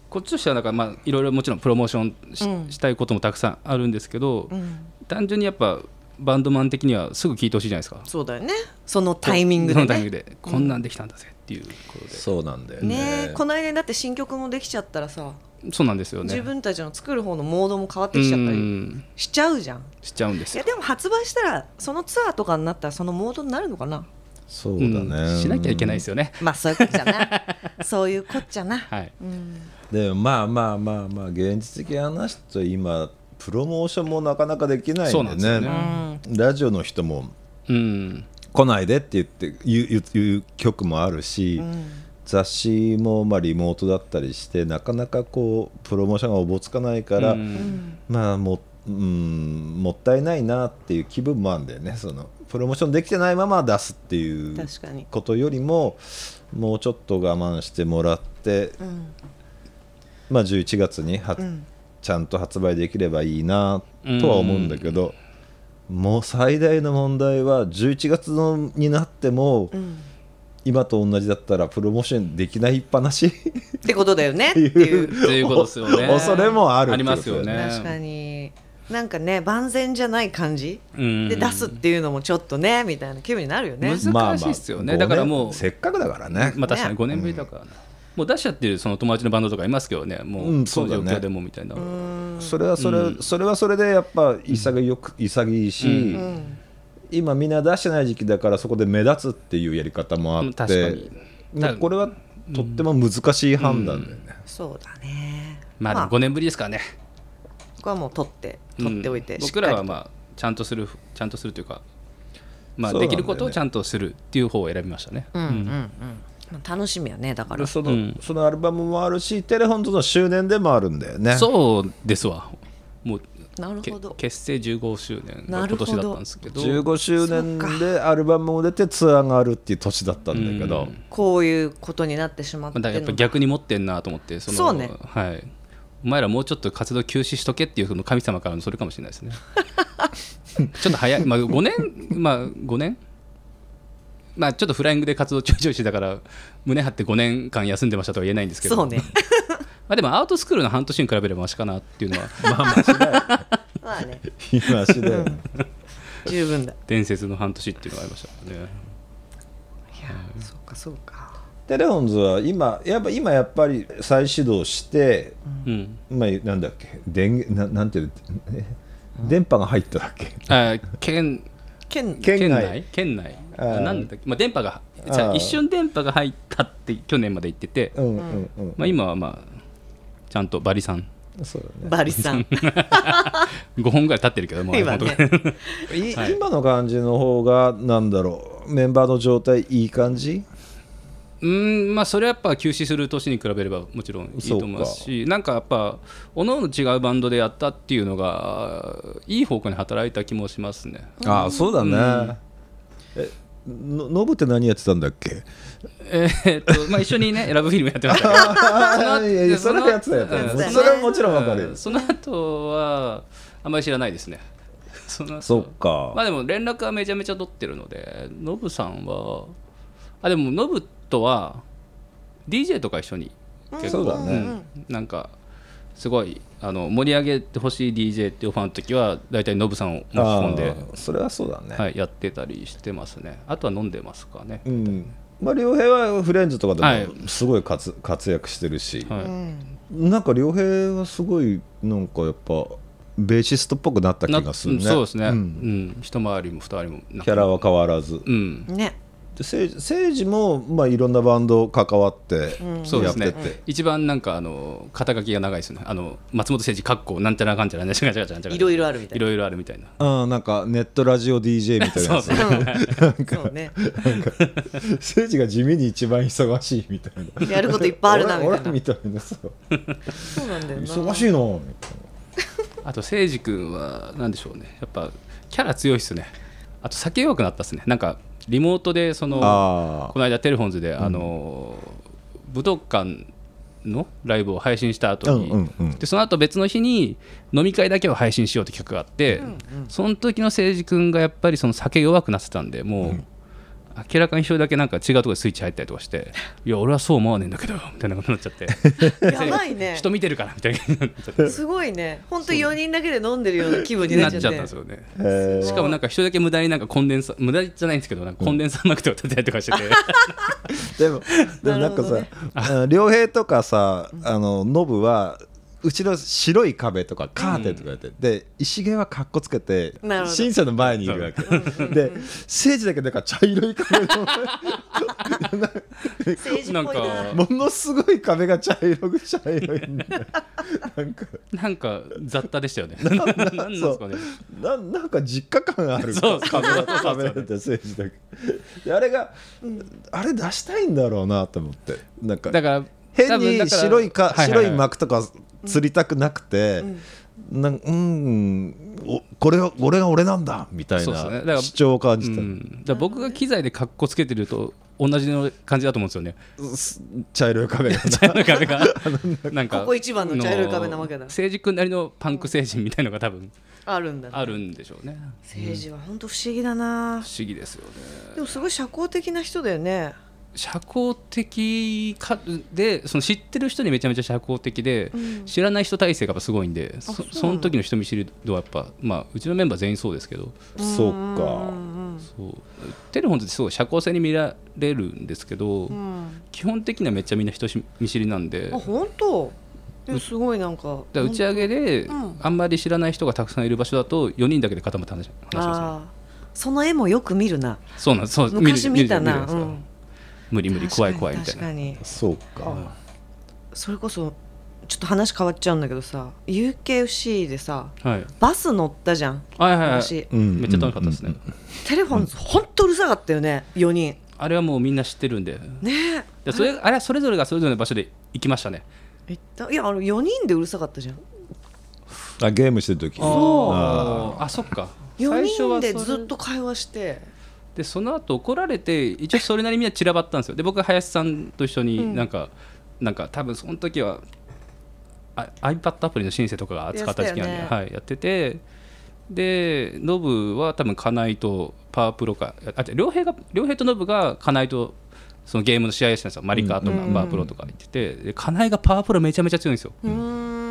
[SPEAKER 3] こっちとしてはなんかまあいろいろもちろんプロモーションし,、
[SPEAKER 2] うん
[SPEAKER 3] たいこともたくさんあるんですけど、
[SPEAKER 2] ん
[SPEAKER 3] 単純にやっぱバンドマン的にはすぐ聴いてほしいじゃないですか
[SPEAKER 2] そうだよねそのタイミングで
[SPEAKER 3] そ
[SPEAKER 2] ね
[SPEAKER 3] のタイミングでこんなんできたんだぜっていうことで、
[SPEAKER 1] そうなんだよ
[SPEAKER 2] ねえこの間だって新曲もできちゃったらさ
[SPEAKER 3] そうなんですよね
[SPEAKER 5] 自分たちの作る方のモードも変わってきちゃった
[SPEAKER 3] う
[SPEAKER 5] り
[SPEAKER 3] ん
[SPEAKER 5] しちゃうじゃん
[SPEAKER 3] しちゃうんです
[SPEAKER 5] い
[SPEAKER 3] よ
[SPEAKER 5] やでも発売したらそのツアーとかになったらそのモードになるのかな
[SPEAKER 1] そうだね、
[SPEAKER 3] んしなきゃいけないですよね、
[SPEAKER 5] まあそういうことじゃ なそういうこっちゃな、
[SPEAKER 3] はい
[SPEAKER 5] うん、
[SPEAKER 1] でもまあまあまあまあ現実的な話と今プロモーションもなかなかできないんでね
[SPEAKER 3] そうなんですよね
[SPEAKER 1] ラジオの人も
[SPEAKER 3] うん、
[SPEAKER 1] 来ないでって言って言う言う言う曲もあるし、雑誌もまあリモートだったりしてなかなかこうプロモーションがおぼつかないから、
[SPEAKER 3] うん
[SPEAKER 1] まあも,、うん、もったいないなっていう気分もあるんだよねそのプロモーションできてないまま出すっていう
[SPEAKER 5] 確かに
[SPEAKER 1] ことよりももうちょっと我慢してもらって、
[SPEAKER 5] ん
[SPEAKER 1] まあ、11月には、
[SPEAKER 5] ん
[SPEAKER 1] ちゃんと発売できればいいなとは思うんだけど、もう最大の問題は11月のになっても、今と同じだったらプロモーションできないっぱなしって
[SPEAKER 5] ってことだよねって
[SPEAKER 1] い
[SPEAKER 5] いうう
[SPEAKER 3] っていうことですよ ね
[SPEAKER 1] 恐れもある
[SPEAKER 3] ありますよね
[SPEAKER 5] 確かになんかね万全じゃない感じ
[SPEAKER 3] うん
[SPEAKER 5] で出すっていうのもちょっとねみたいな気分になるよね
[SPEAKER 3] むず難しいっすよ
[SPEAKER 1] まあ
[SPEAKER 3] ね
[SPEAKER 1] まあ
[SPEAKER 3] だからもう
[SPEAKER 1] ごねせっかくだからね、
[SPEAKER 3] まあ確かに5年ぶりだからね、もう出しちゃってるその友達のバンドとかいますけどねも
[SPEAKER 1] う
[SPEAKER 3] うんそ
[SPEAKER 1] そう
[SPEAKER 3] の
[SPEAKER 1] だ
[SPEAKER 3] 状
[SPEAKER 1] ね
[SPEAKER 3] 況でもみたいな、
[SPEAKER 1] それはそれ,、それはそれでやっぱ潔く潔いし、今みんな出してない時期だからそこで目立つっていうやり方もあっ
[SPEAKER 3] う
[SPEAKER 1] て
[SPEAKER 3] ん確かに
[SPEAKER 1] まあこれはとっても難しい判断だよね、
[SPEAKER 5] そうだね
[SPEAKER 3] まあでも5年ぶりですからね、
[SPEAKER 5] ここはもう取って取っておいて、
[SPEAKER 3] うん
[SPEAKER 5] しっか
[SPEAKER 3] 僕
[SPEAKER 5] り
[SPEAKER 3] らはまあちゃんとするちゃんとするというかまあ
[SPEAKER 1] そうなんだ
[SPEAKER 3] で
[SPEAKER 1] よね
[SPEAKER 3] きることをちゃんとするっていう方を選びましたね、
[SPEAKER 5] うんうんうんまあ楽しみやねだから
[SPEAKER 1] その
[SPEAKER 3] うん
[SPEAKER 1] そのアルバムもあるしテレフォンとの周年でもあるんだよね
[SPEAKER 3] そうですわもう
[SPEAKER 5] なる
[SPEAKER 3] け
[SPEAKER 5] ほど
[SPEAKER 3] 結成15周年
[SPEAKER 5] な
[SPEAKER 3] が
[SPEAKER 5] る
[SPEAKER 3] 今
[SPEAKER 5] ほど
[SPEAKER 3] 年だったんですけど
[SPEAKER 1] 15周年でアルバムも出てツアーがあるっていう年だったんだけど、
[SPEAKER 5] こういうことになってしまっ
[SPEAKER 3] ま
[SPEAKER 5] て
[SPEAKER 3] あだ
[SPEAKER 5] んの
[SPEAKER 3] からやっぱ逆に持ってんなと思ってその
[SPEAKER 5] そうね
[SPEAKER 3] はいお前らもうちょっと活動休止しとけっていうその神様からのそれかもしれないです ねちょっと早いまあ5年まあ5年まあちょっとフライングで活動ちょいちょいしてたから胸張って5年間休んでましたとは言えないんですけど
[SPEAKER 5] そう ね
[SPEAKER 3] まあでもアウトスクールの半年に比べればマシかなっていうのは
[SPEAKER 1] まあまあしだよ
[SPEAKER 5] まあね
[SPEAKER 1] 今しだ よ、
[SPEAKER 5] 十分だ
[SPEAKER 3] 伝説の半年っていうのがありましたね
[SPEAKER 5] いやそうかそうか
[SPEAKER 1] テレフォンズは今やっぱ今やっぱり再始動して、
[SPEAKER 3] うん
[SPEAKER 1] まあ、なんだっけ電源ななんていうえ電波が入っただっけ
[SPEAKER 3] あ県
[SPEAKER 5] 県
[SPEAKER 1] 県
[SPEAKER 3] 県
[SPEAKER 1] 外
[SPEAKER 3] 内県内
[SPEAKER 1] あー
[SPEAKER 3] なんだっけ、まあ、電波が
[SPEAKER 1] あー
[SPEAKER 3] じゃあ一瞬電波が入ったって去年まで言ってて、
[SPEAKER 1] うんうんうん、
[SPEAKER 3] まあ、今はまあちゃんとバリさん
[SPEAKER 1] そうだね
[SPEAKER 5] バリ さん
[SPEAKER 3] 5本ぐらい経ってるけどもう
[SPEAKER 5] 今
[SPEAKER 3] 本
[SPEAKER 5] ね
[SPEAKER 3] 当
[SPEAKER 1] い
[SPEAKER 3] はい
[SPEAKER 1] 今の感じの方がなんだろうメンバーの状態いい感じ
[SPEAKER 3] うーんまあそれはやっぱ休止する年に比べればもちろんいいと思いますしなんかやっぱおのおの違うバンドでやったっていうのがいい方向に働いた気もしま すね
[SPEAKER 1] ああそうだね、えのノブって何やってたんだっ け
[SPEAKER 3] えーっとまあ一緒にねラブフィルムやってましたけど
[SPEAKER 1] ああいやいやそれはやってたやつ
[SPEAKER 3] うん
[SPEAKER 1] それはもちろん わかるよ
[SPEAKER 3] その後はあんまり知らないですねその後
[SPEAKER 1] そっか
[SPEAKER 3] まあでも連絡はめちゃめちゃ取ってるのでノブさんはあでもノブとは DJ とか一緒に結
[SPEAKER 1] そうだね
[SPEAKER 3] んなんかすごいあの盛り上げてほしい DJ っていうファンの時は大体ノブさんを巻き込んで
[SPEAKER 1] あ、あそれはそうだね、
[SPEAKER 3] はい、やってたりしてますねあとは飲んでますかね、
[SPEAKER 1] うんまあ良平はフレンズと
[SPEAKER 3] は
[SPEAKER 1] かで
[SPEAKER 3] い
[SPEAKER 1] もすごい活活躍してるし、
[SPEAKER 3] はい
[SPEAKER 1] なんか良平はすごいなんかやっぱベーシストっぽくなった気
[SPEAKER 3] な
[SPEAKER 1] がする
[SPEAKER 3] う
[SPEAKER 1] ね
[SPEAKER 3] んそうですね、うん
[SPEAKER 1] ん
[SPEAKER 3] 一回りも二回りもなんか
[SPEAKER 1] キャラは変わらず
[SPEAKER 3] うん
[SPEAKER 5] ね
[SPEAKER 1] でせいせいじも、まあ、いろんなバンド関わって
[SPEAKER 3] そうで
[SPEAKER 1] やっ
[SPEAKER 3] す
[SPEAKER 1] て
[SPEAKER 3] ね
[SPEAKER 1] て、。
[SPEAKER 3] 一番なんかあの肩書きが長いですよね。あの松本誠治かっこなんちゃらかんちゃらね、ちゃかちゃかちゃかちゃか
[SPEAKER 5] いろいろあるみたい
[SPEAKER 3] い
[SPEAKER 5] な
[SPEAKER 3] ろいろあるみたいな。
[SPEAKER 1] うん、なんかネットラジオ DJ みたいなやつ
[SPEAKER 5] そうね
[SPEAKER 1] 政治が地味に一番忙しいみたいな
[SPEAKER 5] やることいっぱいある なみたい
[SPEAKER 1] 俺
[SPEAKER 5] な
[SPEAKER 1] みたいなそう
[SPEAKER 5] そうなんだよな
[SPEAKER 1] 忙しいのみたい
[SPEAKER 3] あと誠治君はなんでしょうね。やっぱキャラ強いっすね。あと酒弱くなったっすね。なんかリモートでその
[SPEAKER 1] あー
[SPEAKER 3] この間テレフォンズであの、武道館のライブを配信した後
[SPEAKER 1] う
[SPEAKER 3] に、
[SPEAKER 1] んうんうん
[SPEAKER 3] でその後別の日に飲み会だけを配信しようって企画があって、その時の誠治君がやっぱりその酒弱くなってたんでもう、明らかに一人だけなんか違うところでスイッチ入ったりとかして「いや俺はそう思わねえんだけど」みたいなことになっちゃって
[SPEAKER 5] やばい ね
[SPEAKER 3] 人見てるからみたいになっちゃって
[SPEAKER 5] すごいね本当4人だけで飲んでるような気分にな
[SPEAKER 3] なっ
[SPEAKER 5] っ
[SPEAKER 3] ち
[SPEAKER 5] ち
[SPEAKER 3] ゃ
[SPEAKER 5] ゃ
[SPEAKER 3] っ
[SPEAKER 5] ったて
[SPEAKER 3] んですよね。
[SPEAKER 1] なへー
[SPEAKER 3] しかもなんか一人だけ無駄になんかコンデンサ無駄じゃないんですけどなんかコンデンサーマクテを立てたりとかして て、
[SPEAKER 1] でもでもなんか
[SPEAKER 5] なる
[SPEAKER 1] さあの良平とかさあのノブはうちの白い壁とかカーテンとかやって、で石毛はかっこつけて
[SPEAKER 5] なるほど
[SPEAKER 1] 審査の前にいるわけで政治だけなんか茶色い壁の
[SPEAKER 5] 政治っぽいな
[SPEAKER 3] なんか
[SPEAKER 1] ものすごい壁が茶色く茶色いんだよなんか
[SPEAKER 3] なんか雑多でしたよね。なんなんですかね。
[SPEAKER 1] ななんか実家感ある
[SPEAKER 3] そう
[SPEAKER 1] 壁だと壁だって政治だけであれが、あれ出したいんだろうなと思ってなんか
[SPEAKER 3] だから
[SPEAKER 1] 変に白いか、白い
[SPEAKER 3] 幕
[SPEAKER 1] 幕とか釣りたくなくて、なんうんおこれは俺が俺なんだみたい
[SPEAKER 3] そうですねだか
[SPEAKER 1] な
[SPEAKER 3] ら
[SPEAKER 1] 主張を感じた、
[SPEAKER 3] うん、だから僕が機材で格好つけてると同じの感じだと思うんです よね。
[SPEAKER 1] す茶色い壁 が
[SPEAKER 3] 茶色い壁がなんか
[SPEAKER 2] ここ一番の茶色い壁なわけだ
[SPEAKER 3] あの政治君なりのパンク精神みたいのが多分
[SPEAKER 2] あるんだ、
[SPEAKER 3] あるんでしょうね。
[SPEAKER 2] 政治は本当不思議だな
[SPEAKER 3] 不思議ですよね。
[SPEAKER 2] でもすごい社交的な人だよね
[SPEAKER 3] 社交的かでその知ってる人にめちゃめちゃ社交的で、知らない人体制がやっぱすごいんでそ
[SPEAKER 2] そうなの
[SPEAKER 3] その時の人見知り度はやっぱ、まあ、うちのメンバー全員そうですけど
[SPEAKER 1] そうか
[SPEAKER 3] そうテレフォンズってすごい社交性に見られるんですけど、基本的にはめっちゃみんな人見知りなんで
[SPEAKER 2] あ本当いやすごいなんか
[SPEAKER 3] だから打ち上げで、
[SPEAKER 2] うん
[SPEAKER 3] あんまり知らない人がたくさんいる場所だと4人だけで固まった話話をする
[SPEAKER 2] あーその絵もよく見るな
[SPEAKER 3] そうなんそう
[SPEAKER 2] 昔見た
[SPEAKER 3] 見る
[SPEAKER 2] な
[SPEAKER 3] じゃ
[SPEAKER 2] う
[SPEAKER 3] ない
[SPEAKER 2] ん
[SPEAKER 3] ですか無理無理怖い怖いみたい
[SPEAKER 2] 確か
[SPEAKER 3] な
[SPEAKER 2] に確か
[SPEAKER 1] そうか
[SPEAKER 2] にそれこそちょっと話変わっちゃうんだけどさ UKFC でさ
[SPEAKER 3] はい
[SPEAKER 2] バス乗ったじゃん
[SPEAKER 3] はいはいはい
[SPEAKER 2] 私
[SPEAKER 1] うん
[SPEAKER 3] めっちゃ楽しかったですね、
[SPEAKER 2] テレフォン本当うるさかったよね4人
[SPEAKER 3] あれはもうみんな知ってるんで
[SPEAKER 2] ね
[SPEAKER 3] でそれあれはそれぞれがそれぞれの場所で行きましたね
[SPEAKER 2] えいったいやあの4人でうるさかったじゃん
[SPEAKER 1] あゲームしてる時
[SPEAKER 3] あ
[SPEAKER 1] あ
[SPEAKER 3] ーあそっか
[SPEAKER 2] 4
[SPEAKER 3] 最初
[SPEAKER 2] 人
[SPEAKER 3] はそ
[SPEAKER 2] で
[SPEAKER 3] れ
[SPEAKER 2] ずっと会話して
[SPEAKER 3] でその後怒られて一応それなりにみんな散らばったんですよで僕は林さんと一緒になんか、なんか多分その時はあ iPad アプリのシンセとかが扱った時期なんで
[SPEAKER 2] やってたよね
[SPEAKER 3] はい、やっててでノブは多分金井とパワープロかあ違う良平が良平とノブが金井とそのゲームの試合をしてたんですよマリカとか
[SPEAKER 2] うん
[SPEAKER 3] パワープロとか言ってて、で金井がパワープロめちゃめちゃ強いんですよ
[SPEAKER 2] うー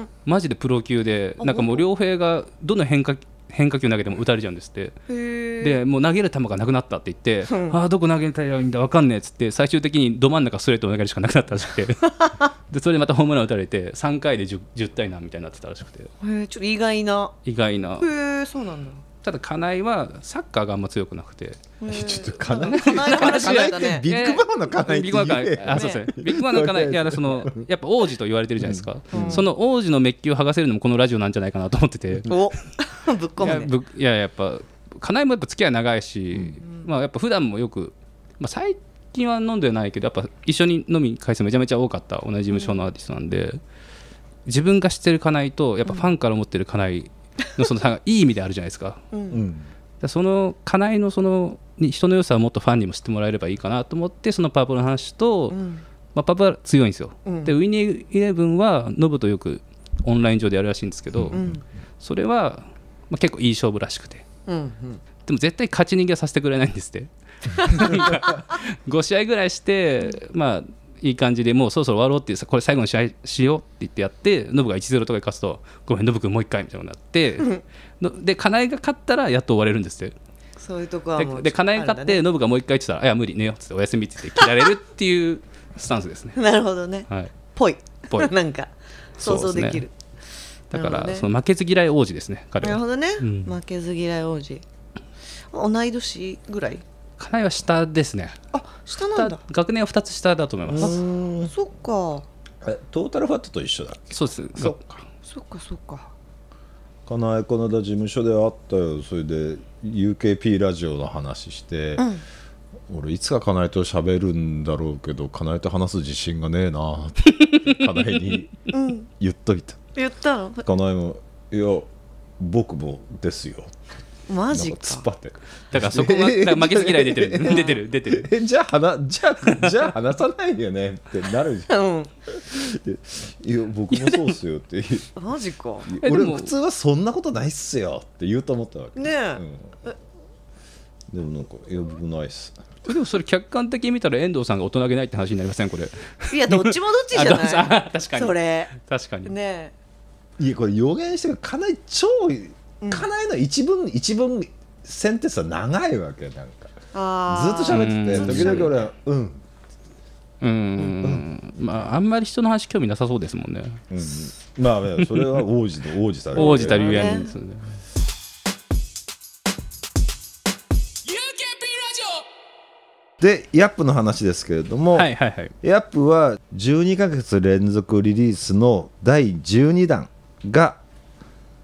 [SPEAKER 2] ん
[SPEAKER 3] マジでプロ級で
[SPEAKER 2] あ
[SPEAKER 3] なんかもう
[SPEAKER 2] 本
[SPEAKER 3] 良平がどの変化変化球投げても打たれちゃうんですって。
[SPEAKER 2] へえ
[SPEAKER 3] でもう投げる球がなくなったって言って、
[SPEAKER 2] うん
[SPEAKER 3] ああどこ投げたらいいんだ分かんねえっつって最終的にど真ん中ストレートを投げるしかなくなったらし くてでそれでまたホームラン打たれて3回で 10, 10対何みたいになってたらしくて
[SPEAKER 2] へえちょっと意外な
[SPEAKER 3] 意外な
[SPEAKER 2] へえそうなんだ
[SPEAKER 3] ただ金井はサッカーがあんま強くなくて
[SPEAKER 1] あちょっとかな
[SPEAKER 2] なんか金井の話
[SPEAKER 1] 金井
[SPEAKER 2] なん
[SPEAKER 1] っ
[SPEAKER 2] だ
[SPEAKER 1] て
[SPEAKER 2] ね
[SPEAKER 1] ビッグバンの金井っ
[SPEAKER 3] ビ
[SPEAKER 1] て
[SPEAKER 3] ッグバン
[SPEAKER 1] 言え
[SPEAKER 3] 金井あそうですねビッグバンの金井いやそのやっぱ王子と言われてるじゃないですか、その王子のメッキを剥がせるのもこのラジオなんじゃないかなと思ってて
[SPEAKER 2] お ぶっ
[SPEAKER 3] いや
[SPEAKER 2] 込むね
[SPEAKER 3] ぶいややっぱ金井もやっぱ付き合い長いし、まあやっぱ普段もよく、まあ、最近は飲んでないけどやっぱ一緒に飲みに回数めちゃめちゃ多かった同じ事務所のアーティストなんで、自分が知ってる金井とやっぱファンから思ってる金井のその差がいい意味であるじゃないですかだか
[SPEAKER 1] うん
[SPEAKER 3] らその金井のそのに人の良さをもっとファンにも知ってもらえればいいかなと思ってそのパープルの話と、
[SPEAKER 2] うん
[SPEAKER 3] まあ、パパは強いんですよ、
[SPEAKER 2] うん
[SPEAKER 3] でウィニーイレブンはノブとよくオンライン上でやるらしいんですけど、
[SPEAKER 2] うん
[SPEAKER 3] それは、まあ、結構いい勝負らしくて。
[SPEAKER 2] うんうん
[SPEAKER 3] でも絶対勝ち逃げはさせてくれないんですって5試合ぐらいしてまあいい感じでもうそろそろ終わろうっていうさこれ最後の試合しようって言ってやってノブが1-0とかで勝つとごめんノブ君もう1回みたいになってので金井が勝ったらやっと終われるんですって
[SPEAKER 2] そういうとこは
[SPEAKER 3] で
[SPEAKER 2] もう
[SPEAKER 3] で金井が勝って
[SPEAKER 2] あ
[SPEAKER 3] ノブがもう1回って言ったら「いや無理寝よ」っつって「お休み」って言って切られるっていうスタンスで すね
[SPEAKER 2] れ。だねなるほどね
[SPEAKER 3] はい、
[SPEAKER 2] ぽい
[SPEAKER 3] ぽ い
[SPEAKER 2] なんか想像できる
[SPEAKER 3] だ
[SPEAKER 2] な
[SPEAKER 3] か
[SPEAKER 2] るほど
[SPEAKER 3] ら
[SPEAKER 2] ね
[SPEAKER 3] その負けず嫌い王子ですね彼
[SPEAKER 2] なる
[SPEAKER 3] は
[SPEAKER 2] ほどね
[SPEAKER 3] うん
[SPEAKER 2] 負けず嫌い王子同い年ぐらい
[SPEAKER 3] 金井は下ですね
[SPEAKER 2] あ下なんだ
[SPEAKER 3] 学年は2つ下だと思います
[SPEAKER 2] あそっか
[SPEAKER 1] えトータルファットと一緒だっけ
[SPEAKER 3] そうです
[SPEAKER 1] そっか
[SPEAKER 2] そっかそっか
[SPEAKER 1] 金井この間事務所で会ったよそれで UKP ラジオの話して、俺いつか金井と喋るんだろうけど金井と話す自信がねえなって金井に言っといた、
[SPEAKER 2] 言ったの
[SPEAKER 1] 金井も「いや僕もですよ」
[SPEAKER 2] マ
[SPEAKER 1] なん
[SPEAKER 2] ジ
[SPEAKER 1] か
[SPEAKER 2] か
[SPEAKER 1] 突っ張って
[SPEAKER 3] だからそこがだ から負けず嫌い出てる 出てる出てる
[SPEAKER 1] 「えじゃあ話じゃあじゃあ話さないよね」ってなるじゃ
[SPEAKER 2] うん
[SPEAKER 1] ん「いや僕もそうっすよ」って言う
[SPEAKER 2] マジか
[SPEAKER 3] えで
[SPEAKER 1] 俺
[SPEAKER 3] も
[SPEAKER 1] 普通はそんなことないっすよって言うと思ったわけ
[SPEAKER 2] ねえ
[SPEAKER 1] うん、でもなんか「いや僕ないっす」
[SPEAKER 3] でもそれ客観的に見たら遠藤さんが大人げないって話になりませんこれ
[SPEAKER 2] いやどっちもどっちじゃ
[SPEAKER 3] あどうぞ
[SPEAKER 2] な
[SPEAKER 3] あ
[SPEAKER 2] い
[SPEAKER 3] 確かに
[SPEAKER 2] それ
[SPEAKER 3] 確かに、
[SPEAKER 2] ね
[SPEAKER 1] いやこれ予言してるかなり超かなりの一文、一文センテンスは長いわけなんか
[SPEAKER 2] えあ
[SPEAKER 1] ずっと喋
[SPEAKER 3] う
[SPEAKER 1] って
[SPEAKER 3] ん
[SPEAKER 1] て時々俺は「うん」
[SPEAKER 3] うん、まああんまり人の話興味なさそうですもんね
[SPEAKER 1] うん、まあねそれは王子と王子たる
[SPEAKER 3] 応じたりゆえんですよね
[SPEAKER 1] でヤップの話ですけれども、
[SPEAKER 3] はいはいはい
[SPEAKER 1] ヤップは12ヶ月連続リリースの第12弾が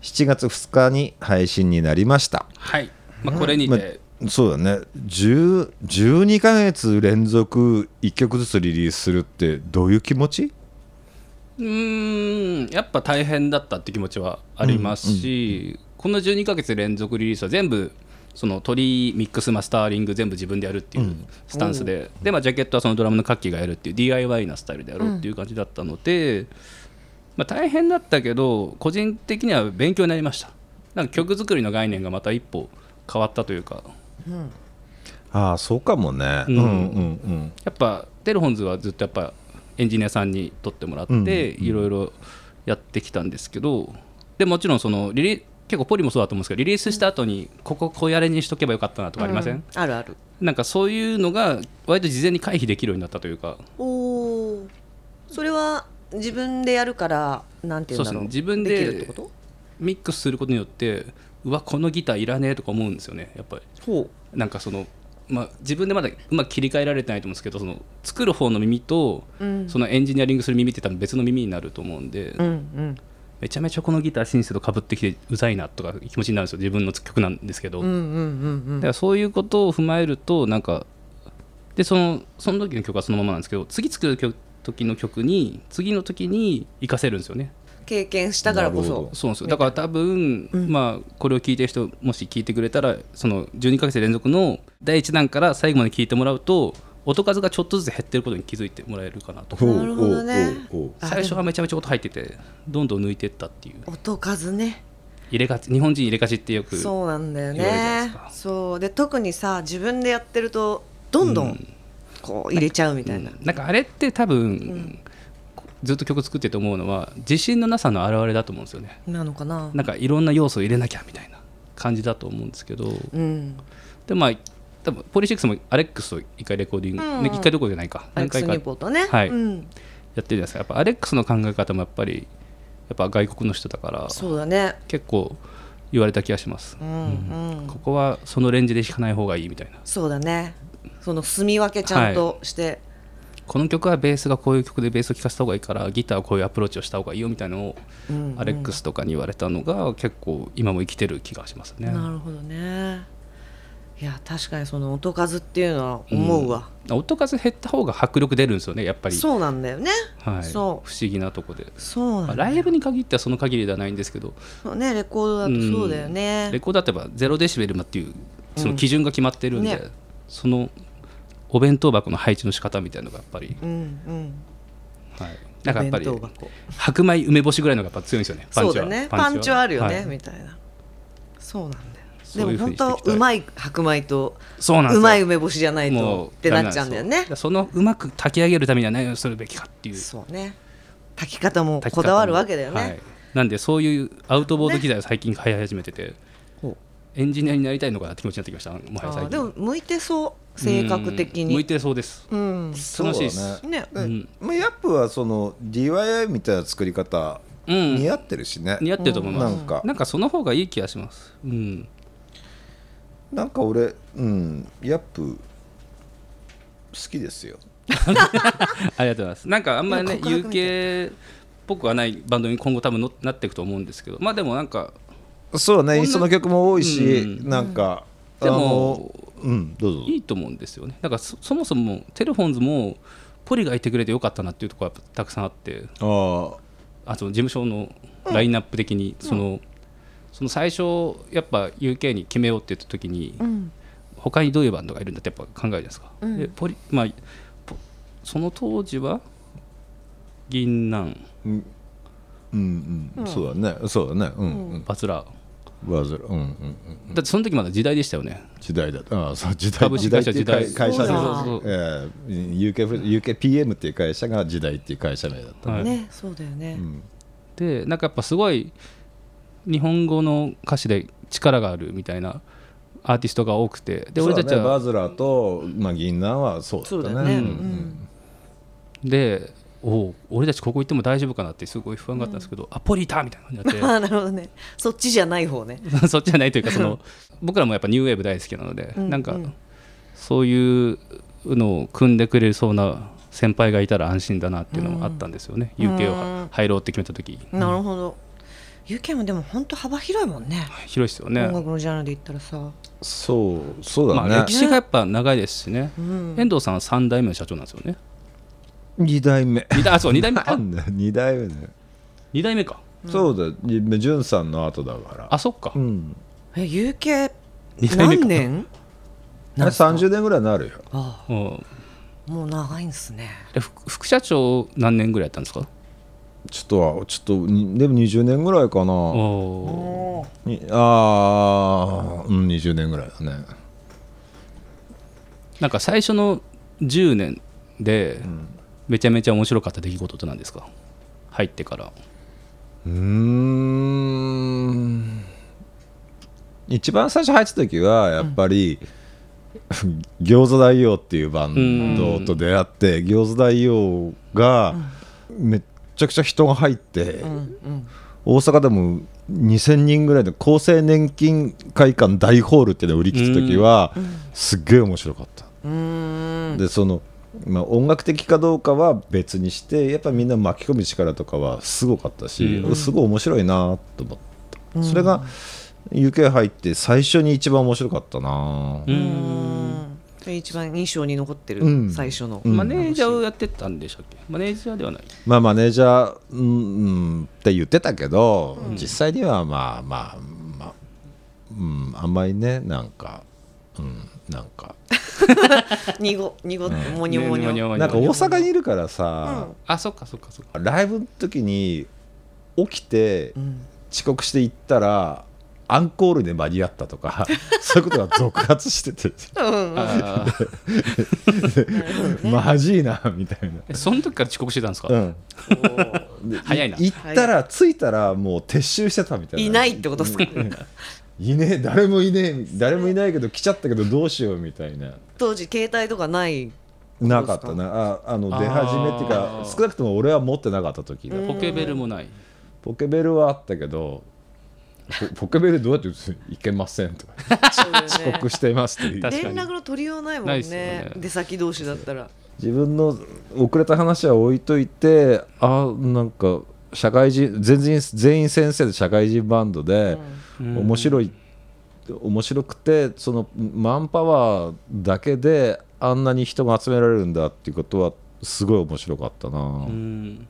[SPEAKER 1] 7月2日に配信になりました
[SPEAKER 3] はい、まあ、これに
[SPEAKER 1] ま
[SPEAKER 3] て、
[SPEAKER 1] あそうだね10 12ヶ月連続1曲ずつリリースするってどういう気持ち
[SPEAKER 3] うーんやっぱ大変だったって気持ちはありますし、この12ヶ月連続リリースは全部その鳥ミックスマスターリング全部自分でやるっていうスタンスで、でまあジャケットはそのドラムのカッキーがやるっていう DIY なスタイルでやろうっていう感じだったので、まあ、大変だったけど個人的には勉強になりましたなんか曲作りの概念がまた一歩変わったというか
[SPEAKER 1] ああそうかもね、
[SPEAKER 3] うん
[SPEAKER 1] うんうんうん
[SPEAKER 3] やっぱテルホンズはずっとやっぱエンジニアさんに取ってもらって、
[SPEAKER 1] うん
[SPEAKER 3] いろいろやってきたんですけどでもちろんそのリリ結構ポリもそうだと思うんですけどリリースした後にこここうやれにしとけばよかったなとかありません、
[SPEAKER 2] うんあるある
[SPEAKER 3] なんかそういうのが割と事前に回避できるようになったというか
[SPEAKER 2] おおそれは自分でやるからなんていうんだろう
[SPEAKER 3] そうですね自分で
[SPEAKER 2] できるってこと
[SPEAKER 3] ミックスすることによってうわこのギターいらねえとか思うんですよねやっぱり
[SPEAKER 2] ほ
[SPEAKER 3] なんかその、まあ、自分でまだうまく切り替えられてないと思うんですけどその作る方の耳と、
[SPEAKER 2] ううん
[SPEAKER 3] そのエンジニアリングする耳って多分別の耳になると思うんで、
[SPEAKER 2] うんうん
[SPEAKER 3] めちゃめちゃこのギターシンセとかぶってきてうざいなとか気持ちになるんですよ自分の曲なんですけど、
[SPEAKER 2] うんうんうん
[SPEAKER 3] だからそういうことを踏まえるとなんかでそのその時の曲はそのままなんですけど次作る曲時の曲に次の時に活かせるんですよね
[SPEAKER 2] うん経験したからこ
[SPEAKER 1] なるほ
[SPEAKER 2] そ
[SPEAKER 1] ど
[SPEAKER 3] そうなんですよだから多分、まあこれを聞いてる人もし聞いてくれたらその12ヶ月連続の第1弾から最後まで聞いてもらうと音数がちょっとずつ減ってることに気づいてもらえるかなと
[SPEAKER 1] ほう
[SPEAKER 2] なるほどね
[SPEAKER 1] ほうほうほう
[SPEAKER 3] 最初はめちゃめちゃ音入っててどんどん抜いてったっていう
[SPEAKER 2] 音数ね
[SPEAKER 3] 入れがち日本人入れがちってよく
[SPEAKER 2] そうなんだよ
[SPEAKER 3] 言われるじゃない
[SPEAKER 2] ね
[SPEAKER 3] ですか
[SPEAKER 2] そうで特にさ自分でやってるとどんどんこう入れちゃうみたいな、
[SPEAKER 3] なんかあれって多分、ずっと曲作ってて思うのは自信のなさの表れだと思うんですよね
[SPEAKER 2] なのかな
[SPEAKER 3] なんかいろんな要素を入れなきゃみたいな感じだと思うんですけど、
[SPEAKER 2] うん
[SPEAKER 3] でまあ多分ポリシックスもアレックスと一回レコーディング、
[SPEAKER 2] うんうん
[SPEAKER 3] ね一回どころじゃないか
[SPEAKER 2] アレッ
[SPEAKER 3] 何
[SPEAKER 2] クス・
[SPEAKER 3] 回
[SPEAKER 2] ニュ
[SPEAKER 3] かやっ
[SPEAKER 2] ーポートね、
[SPEAKER 3] はい
[SPEAKER 2] うん、
[SPEAKER 3] てるじゃないですかやっぱアレックスの考え方もやっぱりやっぱ外国の人だから
[SPEAKER 2] そうだね
[SPEAKER 3] 結構言われた気がします、
[SPEAKER 2] うんうん
[SPEAKER 3] ここはそのレンジで弾かない方がいいみたいな
[SPEAKER 2] そうだねその住み分けちゃんとして、
[SPEAKER 3] この曲はベースがこういう曲でベースを聴かせた方がいいからギターはこういうアプローチをした方がいいよみたいなのを
[SPEAKER 2] うんうん
[SPEAKER 3] アレックスとかに言われたのが結構今も生きてる気がしますね。
[SPEAKER 2] なるほどねいや確かにその音数っていうのは思うわ、
[SPEAKER 3] 音数減った方が迫力出るんですよねやっぱり、
[SPEAKER 2] そうなんだよね
[SPEAKER 3] はい、
[SPEAKER 2] そ
[SPEAKER 3] 不思議なとこで、
[SPEAKER 2] そうな
[SPEAKER 3] まあ
[SPEAKER 2] んだ
[SPEAKER 3] ライブに限ってはその限りではないんですけど
[SPEAKER 2] そうねレコードだとそうだよね、
[SPEAKER 3] レコードだってば0デシベルっていうその基準が決まってるんで、
[SPEAKER 2] ね
[SPEAKER 3] そのお弁当箱の配置の仕方みたいなのがやっぱり、
[SPEAKER 2] うんうん
[SPEAKER 3] はい、なんかやっぱり
[SPEAKER 2] 弁当箱
[SPEAKER 3] 白米梅干しぐらいのがやっぱ強いんですよねパン
[SPEAKER 2] そう
[SPEAKER 3] チは
[SPEAKER 2] だねパンチはあるよね、
[SPEAKER 3] はい
[SPEAKER 2] みたいなそうなんだよ
[SPEAKER 3] そ
[SPEAKER 2] で
[SPEAKER 3] うい
[SPEAKER 2] も
[SPEAKER 3] う
[SPEAKER 2] 本
[SPEAKER 3] 風にしていきたい
[SPEAKER 2] 当うまい白米と
[SPEAKER 3] そうなんです
[SPEAKER 2] う
[SPEAKER 3] よ
[SPEAKER 2] まい梅干しじゃない
[SPEAKER 3] も
[SPEAKER 2] とってなっちゃうんだよね
[SPEAKER 3] ダメなんですよだからそのうまく炊き上げるためには何をするべきかっていう
[SPEAKER 2] そうね炊き方も
[SPEAKER 3] 炊き方
[SPEAKER 2] こだわるわけだよね、
[SPEAKER 3] はいなんでそういうアウトボード機材を最近買い始めてて、
[SPEAKER 2] ほ
[SPEAKER 3] エンジニアになりたいのかなって気持ちになってきましたもは
[SPEAKER 2] あ
[SPEAKER 3] や最
[SPEAKER 2] ー
[SPEAKER 3] 近
[SPEAKER 2] でも向いてそう性格的
[SPEAKER 3] うん
[SPEAKER 2] に
[SPEAKER 3] 向いてそうです
[SPEAKER 2] うん
[SPEAKER 3] 楽しいです
[SPEAKER 1] そうだね
[SPEAKER 2] ね
[SPEAKER 1] で
[SPEAKER 3] ん
[SPEAKER 1] まあ、ヤップはその DIY みたいな作り方
[SPEAKER 3] うん
[SPEAKER 1] 似合ってるしね、
[SPEAKER 3] 似合ってると思います、
[SPEAKER 1] うんなんか
[SPEAKER 3] なんかその方がいい気がしますうん
[SPEAKER 1] なんか俺、うん、ヤップ好きですよ
[SPEAKER 3] ありがとうございますなんかあんまりね
[SPEAKER 2] いや告白みたい
[SPEAKER 3] UK っぽくはないバンドに今後多分のなっていくと思うんですけどまあでもなんか
[SPEAKER 1] そうねインストの曲も多いし、
[SPEAKER 3] うん
[SPEAKER 1] なんか、
[SPEAKER 3] で
[SPEAKER 1] あ
[SPEAKER 3] も
[SPEAKER 1] のうんどうぞ
[SPEAKER 3] いいと思うんですよねだからそそもそもテレフォンズもポリがいてくれてよかったなっていうところはやっぱたくさんあって
[SPEAKER 1] あ
[SPEAKER 3] あと事務所のラインナップ的に、そのその最初やっぱ UK に決めようって言った時に、他にどういうバンドがいるんだってやっぱ考えるじゃないですか、でポリまあポその当時は銀杏
[SPEAKER 1] ーうんうん、そうだねそうだねうんうん
[SPEAKER 3] バズラー、
[SPEAKER 1] わずらうんうんうん
[SPEAKER 3] だってその時まだ時代でしたよね
[SPEAKER 1] 時代だああそう時代
[SPEAKER 3] 株式会社
[SPEAKER 1] 時代っていう会
[SPEAKER 3] 時代
[SPEAKER 1] 会社
[SPEAKER 2] そうだ
[SPEAKER 1] 名えー UK フレ UKPM っていう会社が時代っていう会社名だった、
[SPEAKER 3] はい
[SPEAKER 2] ねそうだよね、
[SPEAKER 3] でなんかやっぱすごい日本語の歌詞で力があるみたいなアーティストが多くてで
[SPEAKER 1] そう
[SPEAKER 3] 俺
[SPEAKER 1] だね
[SPEAKER 3] たちは
[SPEAKER 1] バズラと、まあ、銀杏はそうだったね
[SPEAKER 2] そうだよね
[SPEAKER 1] うん
[SPEAKER 2] うん
[SPEAKER 3] でおう俺たちここ行っても大丈夫かなってすごい不安があったんですけど、あポリいたみたいな感じに
[SPEAKER 2] あ
[SPEAKER 3] なっ
[SPEAKER 2] あなるほどねそっちじゃない方ね
[SPEAKER 3] て そっちじゃないというかその僕らもやっぱニューウェーブ大好きなので、
[SPEAKER 2] うん
[SPEAKER 3] なんかそういうのを組んでくれそうな先輩がいたら安心だなっていうのもあったんですよね、
[SPEAKER 2] ん
[SPEAKER 3] UK
[SPEAKER 2] うん
[SPEAKER 3] を入ろうって決めた時、
[SPEAKER 2] なるほど UK もでも本当幅広いもんね
[SPEAKER 3] 広いですよね
[SPEAKER 2] 音楽のジャンルで言ったらさ
[SPEAKER 1] そうそう
[SPEAKER 3] ま
[SPEAKER 1] だね、
[SPEAKER 3] あ、歴史がやっぱ長いですしね、
[SPEAKER 2] ん
[SPEAKER 3] 遠藤さんは3代目の社長なんですよね
[SPEAKER 1] 2代目
[SPEAKER 3] 二代あそう2代目あ
[SPEAKER 1] 2代目ね、
[SPEAKER 3] 二代目か
[SPEAKER 1] そうだよ潤さんの後だから
[SPEAKER 3] あそっか、
[SPEAKER 1] うん
[SPEAKER 2] え UK
[SPEAKER 3] 二代目か
[SPEAKER 2] 何年
[SPEAKER 1] あれ30年ぐらいになるよ
[SPEAKER 2] あ
[SPEAKER 3] うん
[SPEAKER 2] あもう長いんですね
[SPEAKER 3] で副副社長何年ぐらいやったんですか
[SPEAKER 1] ちょっとはちょっとにでも20年ぐらいか
[SPEAKER 3] お
[SPEAKER 1] な
[SPEAKER 3] お
[SPEAKER 1] にああうん20年ぐらいだね
[SPEAKER 3] ーなんか最初の10年でめちゃめちゃ面白かった出来事って何ですか入ってから
[SPEAKER 1] うーん一番最初入ってた時はやっぱり、餃子大王っていうバンドと出会って餃子大王がめっちゃくちゃ人が入って、
[SPEAKER 2] うん
[SPEAKER 1] 大阪でも2000人ぐらいで厚生年金会館大ホールっていうのを売り切った時は、すっげえ面白かった。
[SPEAKER 2] うんうーん
[SPEAKER 1] でそのまあ、音楽的かどうかは別にしてやっぱみんな巻き込む力とかはすごかったし、
[SPEAKER 3] う
[SPEAKER 1] すごい面白いなと思った、それが UK 入って最初に一番面白かったな、
[SPEAKER 3] う
[SPEAKER 2] うんんそれ一番印象に残って
[SPEAKER 1] う
[SPEAKER 2] る
[SPEAKER 1] ん
[SPEAKER 2] 最初の
[SPEAKER 1] うん
[SPEAKER 3] マネージャーをやってたんでしたっけマネージャーではない
[SPEAKER 1] まあマネージャー、うんうん、って言ってたけど、実際にはまあまあまあ、うん、あんまりねなんか、うん、なんか
[SPEAKER 2] にごにごってもにょもにょ
[SPEAKER 1] なんか大阪にいるからさ、
[SPEAKER 3] あそっかそっかそっか
[SPEAKER 1] ライブの時に起きて
[SPEAKER 2] うん
[SPEAKER 1] 遅刻して行ったらアンコールで間に合ったと かそういうことが続発してて
[SPEAKER 2] うん
[SPEAKER 3] あ ー
[SPEAKER 1] マジいなみたいな。
[SPEAKER 3] えその時から遅刻してたんですか、
[SPEAKER 1] うん、
[SPEAKER 3] で早いな
[SPEAKER 1] 行ったら着いたらもう撤収してたみたいな。
[SPEAKER 2] いないってことっすか
[SPEAKER 1] いねえ誰もいねえ誰もいないけど来ちゃったけどどうしようみたいな
[SPEAKER 2] 当時携帯とかない
[SPEAKER 1] なかったなああの
[SPEAKER 3] あー
[SPEAKER 1] 出始めっていうか少なくとも俺は持ってなかった時だ、
[SPEAKER 2] うん
[SPEAKER 3] ポケベルもない
[SPEAKER 1] ポケベルはあったけどポポケベルどうやって打ついけませんとか
[SPEAKER 2] 遅
[SPEAKER 1] 遅刻してますっていう
[SPEAKER 3] 確か
[SPEAKER 2] 連
[SPEAKER 3] に
[SPEAKER 2] 絡の取りようないもん
[SPEAKER 3] ない
[SPEAKER 2] ね
[SPEAKER 3] っすよね
[SPEAKER 2] 出先同士だったら
[SPEAKER 1] 自分の遅れた話は置いといてあなんか社会人全員全員先生で社会人バンドで、
[SPEAKER 3] うん
[SPEAKER 1] 面白い面白くてそのマンパワーだけであんなに人が集められるんだっていうことはすごい面白かったな、
[SPEAKER 3] うん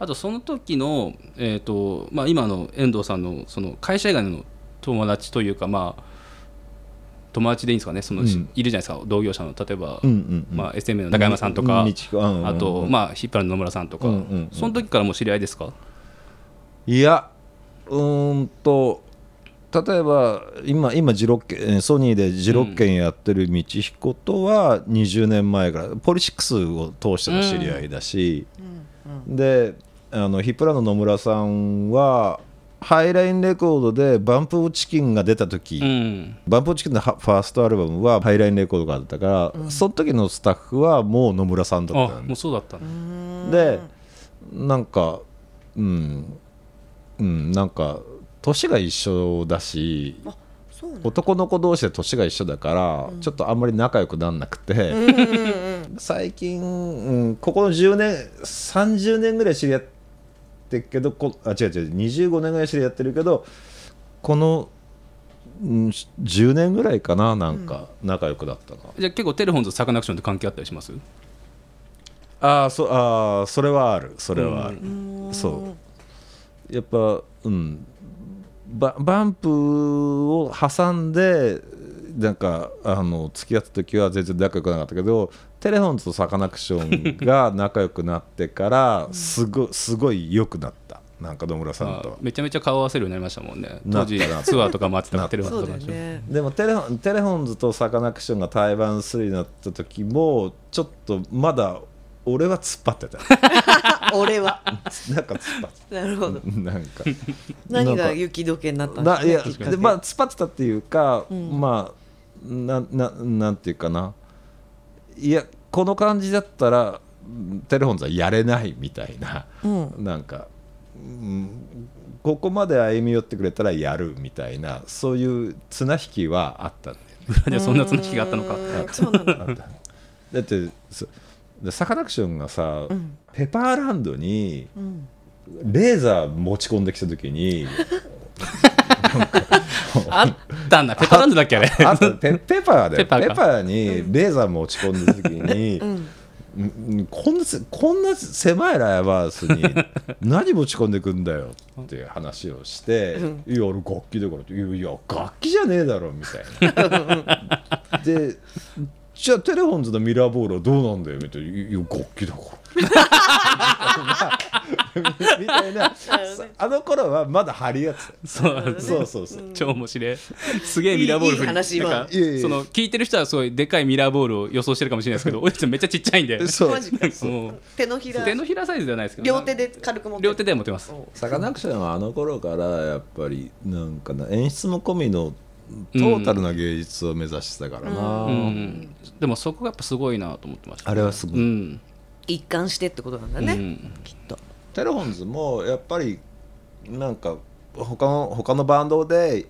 [SPEAKER 3] あとその時のえっ、とまあ今の遠藤さんのその会社以外の友達というかまあ友達でいいんですかねその、
[SPEAKER 1] うん
[SPEAKER 3] いるじゃないですか同業者の例えば、
[SPEAKER 1] うんうんうん
[SPEAKER 3] まあ、SMA の中山さんと
[SPEAKER 1] う
[SPEAKER 3] か、
[SPEAKER 1] んみちこうんうんうん
[SPEAKER 3] あと、まあ、ヒッパーの野村さんとか、
[SPEAKER 1] うんうんうん
[SPEAKER 3] その時からもう知り合いですか、
[SPEAKER 1] いやうーんと例えば今今ジロッケえーソニーでジロッケンやってる道彦とは20年前からポリシックスを通しての知り合いだし、であのヒップラの野村さんはハイラインレコードでバンプ・オブチキンが出た時、
[SPEAKER 3] うん
[SPEAKER 1] バンプ・オブチキンのはファーストアルバムはハイラインレコードがあったから、その時のスタッフはもう野村さんだった
[SPEAKER 3] あ
[SPEAKER 1] ん
[SPEAKER 3] もうそうだったんだ
[SPEAKER 1] でなんかうんうんなんか年が一緒だし
[SPEAKER 2] そうなん
[SPEAKER 1] 男の子同士で年が一緒だから、ちょっとあんまり仲良くなんなくて、 最近、うん、ここの10年30年ぐらい知り合ってっけどこあ違う違う25年ぐらい知り合ってるけどこの、うん、10年ぐらいかななんか仲良くだったな、
[SPEAKER 3] じゃあ結構テレフォンズとサカナクションって関係あったりします
[SPEAKER 1] あーそあーそれはあるそれはある、そうやっぱうんババンプを挟んでなんかあの付き合った時は全然仲良くなかったけどテレフォンズとサカナクションが仲良くなってからすごすごい良くなったなんか野村さんとは
[SPEAKER 3] あ。めちゃめちゃ顔合わせるようになりましたもんね
[SPEAKER 1] な
[SPEAKER 3] 当
[SPEAKER 1] った
[SPEAKER 3] 時
[SPEAKER 1] な
[SPEAKER 3] ツアーとか回ってたからテレフォ
[SPEAKER 2] そ
[SPEAKER 3] ン
[SPEAKER 2] う
[SPEAKER 3] ズ
[SPEAKER 2] だ
[SPEAKER 3] と
[SPEAKER 2] よ
[SPEAKER 3] かでしょ
[SPEAKER 2] ね
[SPEAKER 1] でもテレホンテレフォンズとサカナクションが対バンするようになった時もちょっとまだ俺は突っ張ってた
[SPEAKER 2] あ俺は
[SPEAKER 1] なんか突っ張って
[SPEAKER 2] なるほど
[SPEAKER 1] たなんか
[SPEAKER 2] 何
[SPEAKER 1] なん
[SPEAKER 2] が
[SPEAKER 1] か
[SPEAKER 2] 雪解けになったんで
[SPEAKER 1] な
[SPEAKER 2] す
[SPEAKER 1] い
[SPEAKER 2] ね
[SPEAKER 1] や
[SPEAKER 2] きっかけ
[SPEAKER 1] でまあ突っ張ってたっていうか、まあなななんていうかないやこの感じだったらテレフォンズはやれないみたいな、なんか、うんここまで歩み寄ってくれたらやるみたいなそういう綱引きはあったんだよね
[SPEAKER 3] 裏でそんな綱引きがあったのか
[SPEAKER 2] うんそうなんだ
[SPEAKER 1] あ っただってそでサカナクションがさ、ペパーランドにレーザー持ち込んできた時に
[SPEAKER 3] あったんだペタランドだっけあれ
[SPEAKER 1] あとペペパーだよ
[SPEAKER 3] ペ
[SPEAKER 1] ペパ
[SPEAKER 3] パーか
[SPEAKER 1] ーにレーザー持ち込んだ時に、うんこんなせこんな狭いライバースに何持ち込んでくんだよっていう話をして「いや俺楽器だから」って「いやいや楽器じゃねえだろ」みたいな。でじゃあテレフォンズのミラーボールはどうなんだよみたいな「いや楽器だから」 みたいなあの頃はまだ張り合って
[SPEAKER 3] そう
[SPEAKER 1] たそうそうそう
[SPEAKER 3] 超面白いすげえミラーボール振
[SPEAKER 2] いいい
[SPEAKER 3] り
[SPEAKER 2] い話
[SPEAKER 3] なん
[SPEAKER 2] 今
[SPEAKER 3] か
[SPEAKER 1] いやいや
[SPEAKER 3] その聞いてる人はすごいでかいミラーボールを予想してるかもしれないですけど俺たちめっちゃちっちゃいんで
[SPEAKER 1] そう
[SPEAKER 2] マジか
[SPEAKER 3] もう
[SPEAKER 2] 手のひら
[SPEAKER 3] 手のひらサイズじゃないですけど
[SPEAKER 2] 両手で軽く持って
[SPEAKER 3] 両手で持てます
[SPEAKER 1] サカナクションはあの頃からやっぱりなんかな演出も込みのトータルな芸術を目指してたからな、
[SPEAKER 3] うんでもそこがやっぱすごいなと思ってました
[SPEAKER 1] あれはすごい、
[SPEAKER 3] うん
[SPEAKER 2] 一貫してってことなんだ
[SPEAKER 3] う
[SPEAKER 2] ね、
[SPEAKER 3] ん
[SPEAKER 2] きっと
[SPEAKER 1] テレフォンズもやっぱりなんか他の他のバンドで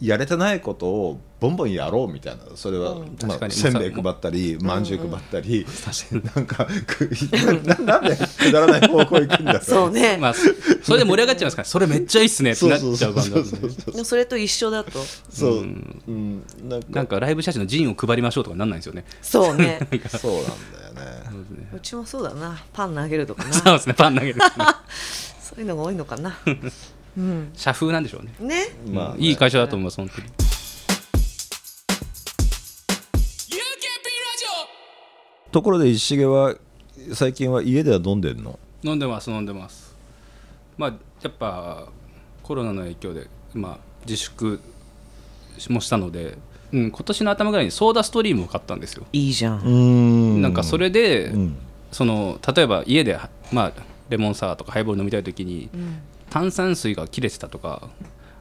[SPEAKER 1] やれてないことをボンボンやろうみたいなそれは、ま
[SPEAKER 3] 確か
[SPEAKER 1] あ、
[SPEAKER 3] に
[SPEAKER 1] せんべい配ったりまんじゅう配ったり、なんかく ななんでくだらない方向行くんだろう
[SPEAKER 2] そうね、
[SPEAKER 3] まあそれで盛り上がっちゃいますからそれめっちゃいいっすねって
[SPEAKER 1] そ
[SPEAKER 3] な
[SPEAKER 1] う
[SPEAKER 3] っ
[SPEAKER 1] そう
[SPEAKER 3] ちゃ
[SPEAKER 1] そうう
[SPEAKER 3] バンド
[SPEAKER 1] そ
[SPEAKER 3] な
[SPEAKER 1] うんそ
[SPEAKER 3] で
[SPEAKER 1] うそう
[SPEAKER 2] それと一緒だと
[SPEAKER 1] そううんなん
[SPEAKER 3] なん
[SPEAKER 1] か
[SPEAKER 3] かライブ写真のジンを配りましょうとかなんないんですよね
[SPEAKER 2] そうね
[SPEAKER 1] そうなんだよね
[SPEAKER 2] うちもそうだなパン投げるとかな
[SPEAKER 3] そうですねパン投げる
[SPEAKER 2] そういうのが多いのかな
[SPEAKER 3] 社風なんでしょうね
[SPEAKER 2] ね
[SPEAKER 1] まあね
[SPEAKER 3] いい会社だと思います本当に
[SPEAKER 1] ところで石毛は最近は家では飲んでんの
[SPEAKER 3] 飲んでます飲んでますまあやっぱコロナの影響で、まあ、自粛もしたので、うん、今年の頭ぐらいにソーダストリームを買ったんですよ、
[SPEAKER 2] いいじゃん
[SPEAKER 1] ん
[SPEAKER 3] なんかそれで、
[SPEAKER 1] ん
[SPEAKER 3] その例えば家で、まあ、レモンサワーとかハイボール飲みたい時に、炭酸水が切れてたとか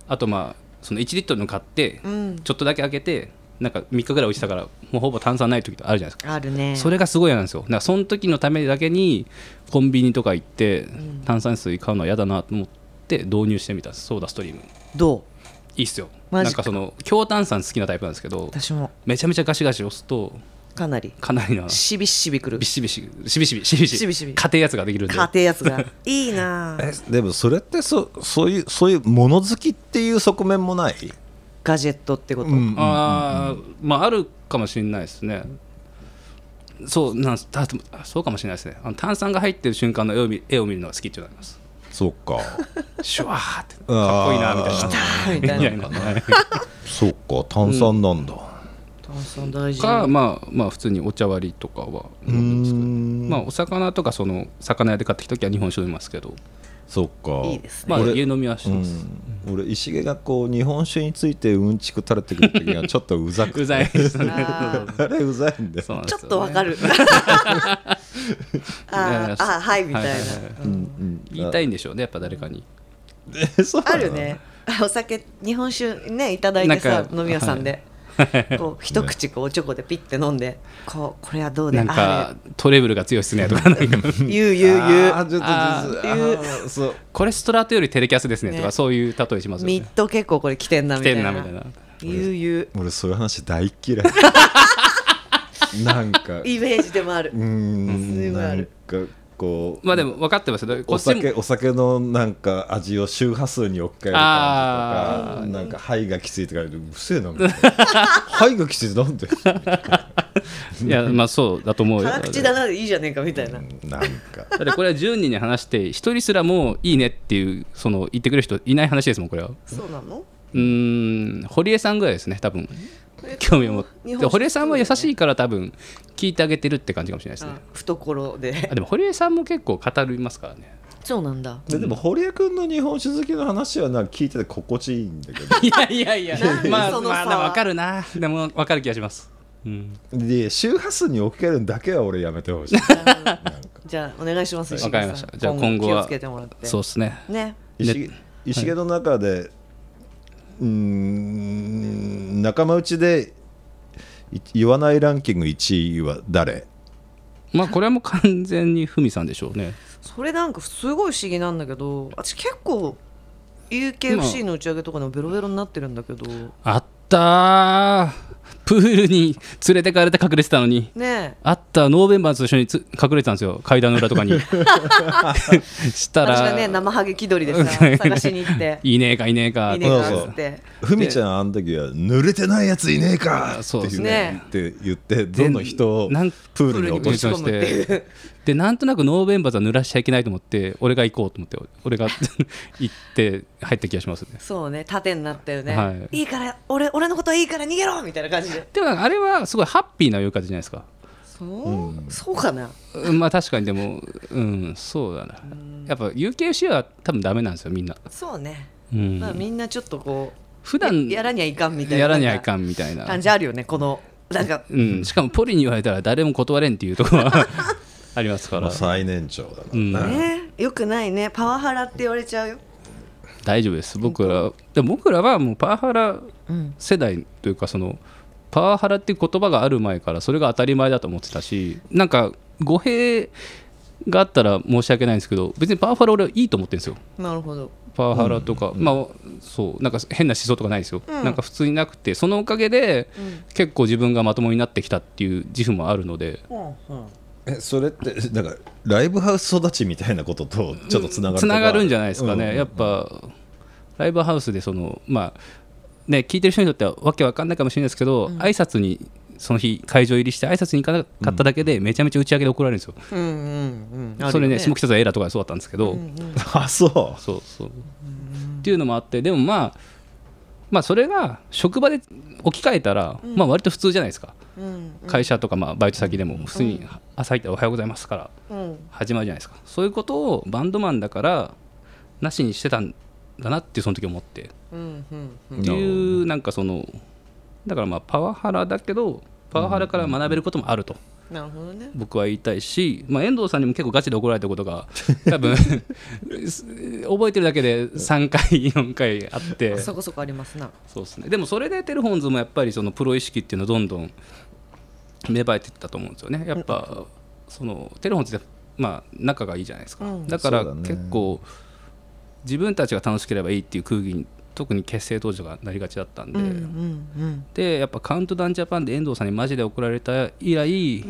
[SPEAKER 3] あとまあその1リットルの買って、ちょっとだけ開けてなんか3日ぐらい落ちたからもうほぼ炭酸ない時ってあるじゃないですか
[SPEAKER 2] あるね
[SPEAKER 3] それがすごい嫌なんですよだからその時のためだけにコンビニとか行って炭酸水買うのは嫌だなと思って導入してみたんですソーダストリーム
[SPEAKER 2] ど
[SPEAKER 3] いいっすよ
[SPEAKER 2] マ
[SPEAKER 3] な
[SPEAKER 2] ジ
[SPEAKER 3] ん
[SPEAKER 2] か
[SPEAKER 3] かその強炭酸好きなタイプなんですけど
[SPEAKER 2] う私も
[SPEAKER 3] めちゃめちゃガシガシ押すと
[SPEAKER 2] かなり
[SPEAKER 3] かなりなビ
[SPEAKER 2] しびしびくる
[SPEAKER 3] シビシシビシビシビシ
[SPEAKER 2] しびしび
[SPEAKER 3] 家庭やつができるんで
[SPEAKER 2] 家庭やつ が
[SPEAKER 5] いいなあ
[SPEAKER 1] えでもそれってそそういうそういうもの好きっていう側面もない
[SPEAKER 2] ガジェットってこと、
[SPEAKER 1] ん
[SPEAKER 3] あーまああるかもしれないですねそうなんすたあそうかもしれないですねあの炭酸が入ってる瞬間の絵を見絵を見るのが好きっていうのがあ ります
[SPEAKER 1] そう か
[SPEAKER 3] シュワーってかっこいいなみ たいな
[SPEAKER 2] ーみたいな
[SPEAKER 3] みたいな
[SPEAKER 1] そうか炭酸なんだ、
[SPEAKER 2] 炭酸大事
[SPEAKER 3] か、まあ、まあ普通にお茶割りとかは飲んでますけどまあお魚とかその魚屋で買ってきた時は日本酒飲みますけど
[SPEAKER 1] そうか
[SPEAKER 2] いいですね
[SPEAKER 3] まあ
[SPEAKER 1] 俺
[SPEAKER 3] 家飲みはし
[SPEAKER 1] う
[SPEAKER 3] ます、
[SPEAKER 1] ん、俺石毛がこう日本酒についてうんちく垂れてくる時がちょっとうざくて
[SPEAKER 3] うざいですね
[SPEAKER 2] あ ー
[SPEAKER 1] あれうざいんだよ
[SPEAKER 3] そうなんで
[SPEAKER 2] ち
[SPEAKER 3] す
[SPEAKER 2] ょっ
[SPEAKER 3] よね
[SPEAKER 2] とわか るあ
[SPEAKER 3] いやい
[SPEAKER 2] ー
[SPEAKER 3] や
[SPEAKER 2] あーはいみたいな、
[SPEAKER 3] ははは言いたいんでしょうねやっぱ誰かに
[SPEAKER 1] そうな
[SPEAKER 2] あ
[SPEAKER 1] の
[SPEAKER 2] るねお酒日本酒ねいただいて
[SPEAKER 3] な
[SPEAKER 2] さ
[SPEAKER 3] んか
[SPEAKER 2] 飲み屋さんで、こう一口こうおちょこでピッて飲んでこうこれはどうで
[SPEAKER 3] なんかトレブルが強いっすねとかなんか
[SPEAKER 2] あれ言う言う言
[SPEAKER 1] あ
[SPEAKER 2] う
[SPEAKER 1] ーちょっと
[SPEAKER 3] あ
[SPEAKER 1] ちょっと
[SPEAKER 2] ー
[SPEAKER 1] あーそう
[SPEAKER 3] これストラトよりテレキャスですねと
[SPEAKER 2] ね
[SPEAKER 3] かそういう例えしますよ
[SPEAKER 2] ミッ
[SPEAKER 3] ね
[SPEAKER 2] ド結構これ来てんなみたいな
[SPEAKER 3] 来てんなみ
[SPEAKER 2] 言う言う
[SPEAKER 1] 俺そういう話大っ 嫌いなんか
[SPEAKER 2] イメージでもある
[SPEAKER 1] うー
[SPEAKER 2] す
[SPEAKER 1] ん
[SPEAKER 2] ごい
[SPEAKER 1] な
[SPEAKER 2] あ
[SPEAKER 1] ん
[SPEAKER 2] る
[SPEAKER 1] かこう、
[SPEAKER 3] まあでも分かってますよ
[SPEAKER 1] お
[SPEAKER 3] こっちも
[SPEAKER 1] 酒お酒のなんか味を周波数に置き換える
[SPEAKER 3] あ
[SPEAKER 1] 感じとかなんか肺がきついとか言うとうるせえなみたいな 肺がきついってなんで
[SPEAKER 3] いやまあそうだと思うよ
[SPEAKER 2] 辛口だなでいいじゃねえかみたいな
[SPEAKER 1] なんか
[SPEAKER 3] だってこれは10人に話して1人すらもういいねっていうその言ってくれる人いない話ですもんこれは
[SPEAKER 2] そうなの
[SPEAKER 3] うーん堀江さんぐらいですね多分興味を持っ
[SPEAKER 2] 日
[SPEAKER 3] て
[SPEAKER 2] 本酒
[SPEAKER 3] 堀江さんは優しいから多分聞いてあげてるって感じかもしれないですね
[SPEAKER 2] 懐
[SPEAKER 3] あ
[SPEAKER 2] で
[SPEAKER 3] でも堀江さんも結構語りますからね
[SPEAKER 2] そうなんだ
[SPEAKER 1] ででも堀江君の日本酒好きの話はなんか聞いてて心地いいんだけ
[SPEAKER 3] いやいやいや
[SPEAKER 2] なん
[SPEAKER 3] まあ
[SPEAKER 2] その
[SPEAKER 3] ま
[SPEAKER 2] さ
[SPEAKER 3] あ分かるなでも分かる気がします、うん、
[SPEAKER 1] どで周波数に置き換えるんだけは俺やめてほしいなんか
[SPEAKER 2] じゃあお願いします
[SPEAKER 3] 分かりまし
[SPEAKER 2] 石井さ
[SPEAKER 3] た
[SPEAKER 2] ん
[SPEAKER 3] じゃあ今後
[SPEAKER 2] 気を
[SPEAKER 3] は
[SPEAKER 2] つけてもらって
[SPEAKER 3] そうですね
[SPEAKER 2] ね
[SPEAKER 1] 石毛石毛の中で、うーん仲間内でい言わないランキング1位は誰
[SPEAKER 3] まあこれはもう完全にふみさんでしょうね
[SPEAKER 2] それなんかすごい不思議なんだけど私結構 UKFC の打ち上げとかでもベロベロになってるんだけど
[SPEAKER 3] あったープールに連れてかれて隠れてたのに
[SPEAKER 2] ねえ
[SPEAKER 3] あったノーベンバーズと一緒につ隠れてたんですよ階段の裏とか にした
[SPEAKER 2] 私が
[SPEAKER 3] ら、
[SPEAKER 2] ね生ハゲ気取りでさ探しに行って
[SPEAKER 3] いねえかいねえか
[SPEAKER 2] いいねえかっつって
[SPEAKER 1] ふみちゃんあの時は濡れてないやついねえかって
[SPEAKER 3] そうで
[SPEAKER 1] 言
[SPEAKER 3] す
[SPEAKER 1] う
[SPEAKER 2] ね
[SPEAKER 1] って言ってどの人をプ
[SPEAKER 3] なん
[SPEAKER 1] ールに落とし
[SPEAKER 2] プールに落とし込むっていう
[SPEAKER 3] てでなんとなくノーベンバーズは濡らしちゃいけないと思って俺が行こうと思って俺が 行って入った気がしますね
[SPEAKER 2] そうね盾になったよね、、
[SPEAKER 3] はい
[SPEAKER 2] いから俺俺のこといいから逃げろみたいな感じで
[SPEAKER 3] でもなんかあれはすごいハッピーな言う感じじゃないですか
[SPEAKER 2] そう、そうかな
[SPEAKER 3] うんまあ確かにでもうんそうだなやっぱ UKFC は多分ダメなんですよみんな、
[SPEAKER 2] そうね、
[SPEAKER 3] うん
[SPEAKER 2] まあ、みんなちょっとこ
[SPEAKER 3] 普
[SPEAKER 2] うや
[SPEAKER 3] 段
[SPEAKER 2] やらにゃいかんみたいな
[SPEAKER 3] やらにゃいか
[SPEAKER 2] ん
[SPEAKER 3] んみたいな
[SPEAKER 2] 感じあるよねこのなんか
[SPEAKER 3] うん、しかもポリに言われたら誰も断れんっていうところは ありますか
[SPEAKER 1] ま
[SPEAKER 3] ら
[SPEAKER 1] あ最年長だからね、
[SPEAKER 2] ねよくないねパワハラって言われちゃうよ
[SPEAKER 3] 大丈夫です僕らでも僕らはもうパワハラ世代というかそのパワハラっていう言葉がある前からそれが当たり前だと思ってたしなんか語弊があったら申し訳ないんですけど別にパワハラ俺はいいと思ってるんですよ
[SPEAKER 2] なるほど
[SPEAKER 3] パワハラとか、まあそうなんか変な思想とかないですよ、
[SPEAKER 2] うん
[SPEAKER 3] なんか普通になくてそのおかげで、結構自分がまともになってきたっていう自負もあるので
[SPEAKER 2] うんうん
[SPEAKER 1] えそれってなんかライブハウス育ちみたいなこととちょっとつながる
[SPEAKER 3] つながるんじゃない
[SPEAKER 1] い
[SPEAKER 3] ですかね、
[SPEAKER 1] うん
[SPEAKER 3] やっぱライブハウスでそのまあね聞いてる人にとってはわけわかんないかもしれないですけど、挨拶にその日会場入りして挨拶に行かなかっただけでめちゃめちゃ打ち上げで怒られるんですよ、
[SPEAKER 2] うんうんうんあるよ
[SPEAKER 3] それね下北沢エラーとかでそうだったんですけど、
[SPEAKER 1] あそ
[SPEAKER 3] そうそうっていうのもあってでもまあまあそれが職場で置き換えたら、まあ割と普通じゃないですか、
[SPEAKER 2] うん
[SPEAKER 3] 会社とかまあバイト先でも普通に朝行っておはようございますか
[SPEAKER 2] う
[SPEAKER 3] ら
[SPEAKER 2] ん
[SPEAKER 3] 始まるじゃないですかそういうことをバンドマンだからなしにしてたんだなってその時思って
[SPEAKER 2] うんうん
[SPEAKER 1] う
[SPEAKER 3] っていうなんかそのだからまあパワハラだけどパワハラから学べることもあると
[SPEAKER 2] なるほどね
[SPEAKER 3] 僕は言いたいし、まあ、遠藤さんにも結構ガチで怒られたこ とが多分す覚えてるだけで3回4回あって
[SPEAKER 2] そこそこありますな
[SPEAKER 3] そうですねでもそれでテルホンズもやっぱりそのプロ意識っていうのはどんどん芽生えていったと思うんですよねやっぱそのテルホンズってまあ仲がいいじゃないですか、
[SPEAKER 2] うん
[SPEAKER 3] だから
[SPEAKER 1] そうだね
[SPEAKER 3] 結構自分たちが楽しければいいっていう空気に特に結成当時がなりがちだったんで、
[SPEAKER 2] うんうん
[SPEAKER 3] でやっぱカウントダウンジャパンで遠藤さんにマジで怒られた以来、や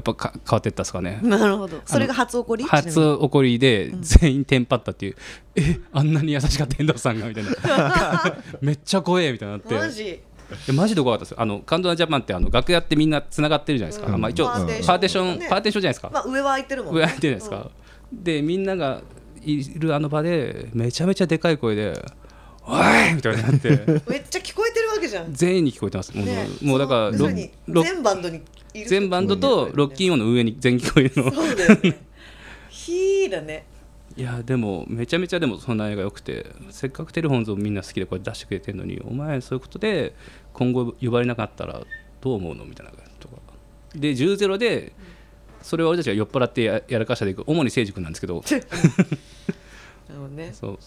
[SPEAKER 3] っぱか変わっていったですかね
[SPEAKER 2] うんなるほどそれが初怒り
[SPEAKER 3] 初怒りで全員テンパったっていう、えあんなに優しかった遠藤さんがみたいな めっちゃ怖えみたいになって
[SPEAKER 2] マジ
[SPEAKER 3] いやマジで怖かったですよあのカンドナジャパンってあの楽屋ってみんなつながってるじゃないですか、まあ、一応
[SPEAKER 2] パ
[SPEAKER 3] パ
[SPEAKER 2] ー
[SPEAKER 3] ー
[SPEAKER 2] テーション
[SPEAKER 3] テーション、
[SPEAKER 2] ね
[SPEAKER 3] パーテーションじゃないですか、
[SPEAKER 2] まあ上は空いてるもんね
[SPEAKER 3] 上空いてるじゃないですか、でみんながいるあの場でめちゃめちゃでかい声で「おい!」みたいに なって
[SPEAKER 2] めっちゃ聞こえてるわけじゃん
[SPEAKER 3] 全員に聞こえてますもう,、
[SPEAKER 2] ね
[SPEAKER 3] もうだから
[SPEAKER 2] その要
[SPEAKER 3] ロ
[SPEAKER 2] るに
[SPEAKER 3] ロ
[SPEAKER 2] 全バンドにいる
[SPEAKER 3] 全バンドとロッキンオンの上に全員聞こえるの
[SPEAKER 2] そうだよ ねひーだね
[SPEAKER 3] いやでもめちゃめちゃでもそんな映画良くてせっかくテレフォンズをみんな好きでこれ出してくれてるのにお前そういうことで今後呼ばれなかったらどう思うのみたいなとかで10ゼロでそれは俺たちが酔っ払ってややらかしたでいく主に成君なんですけど
[SPEAKER 2] なるほどね
[SPEAKER 3] そう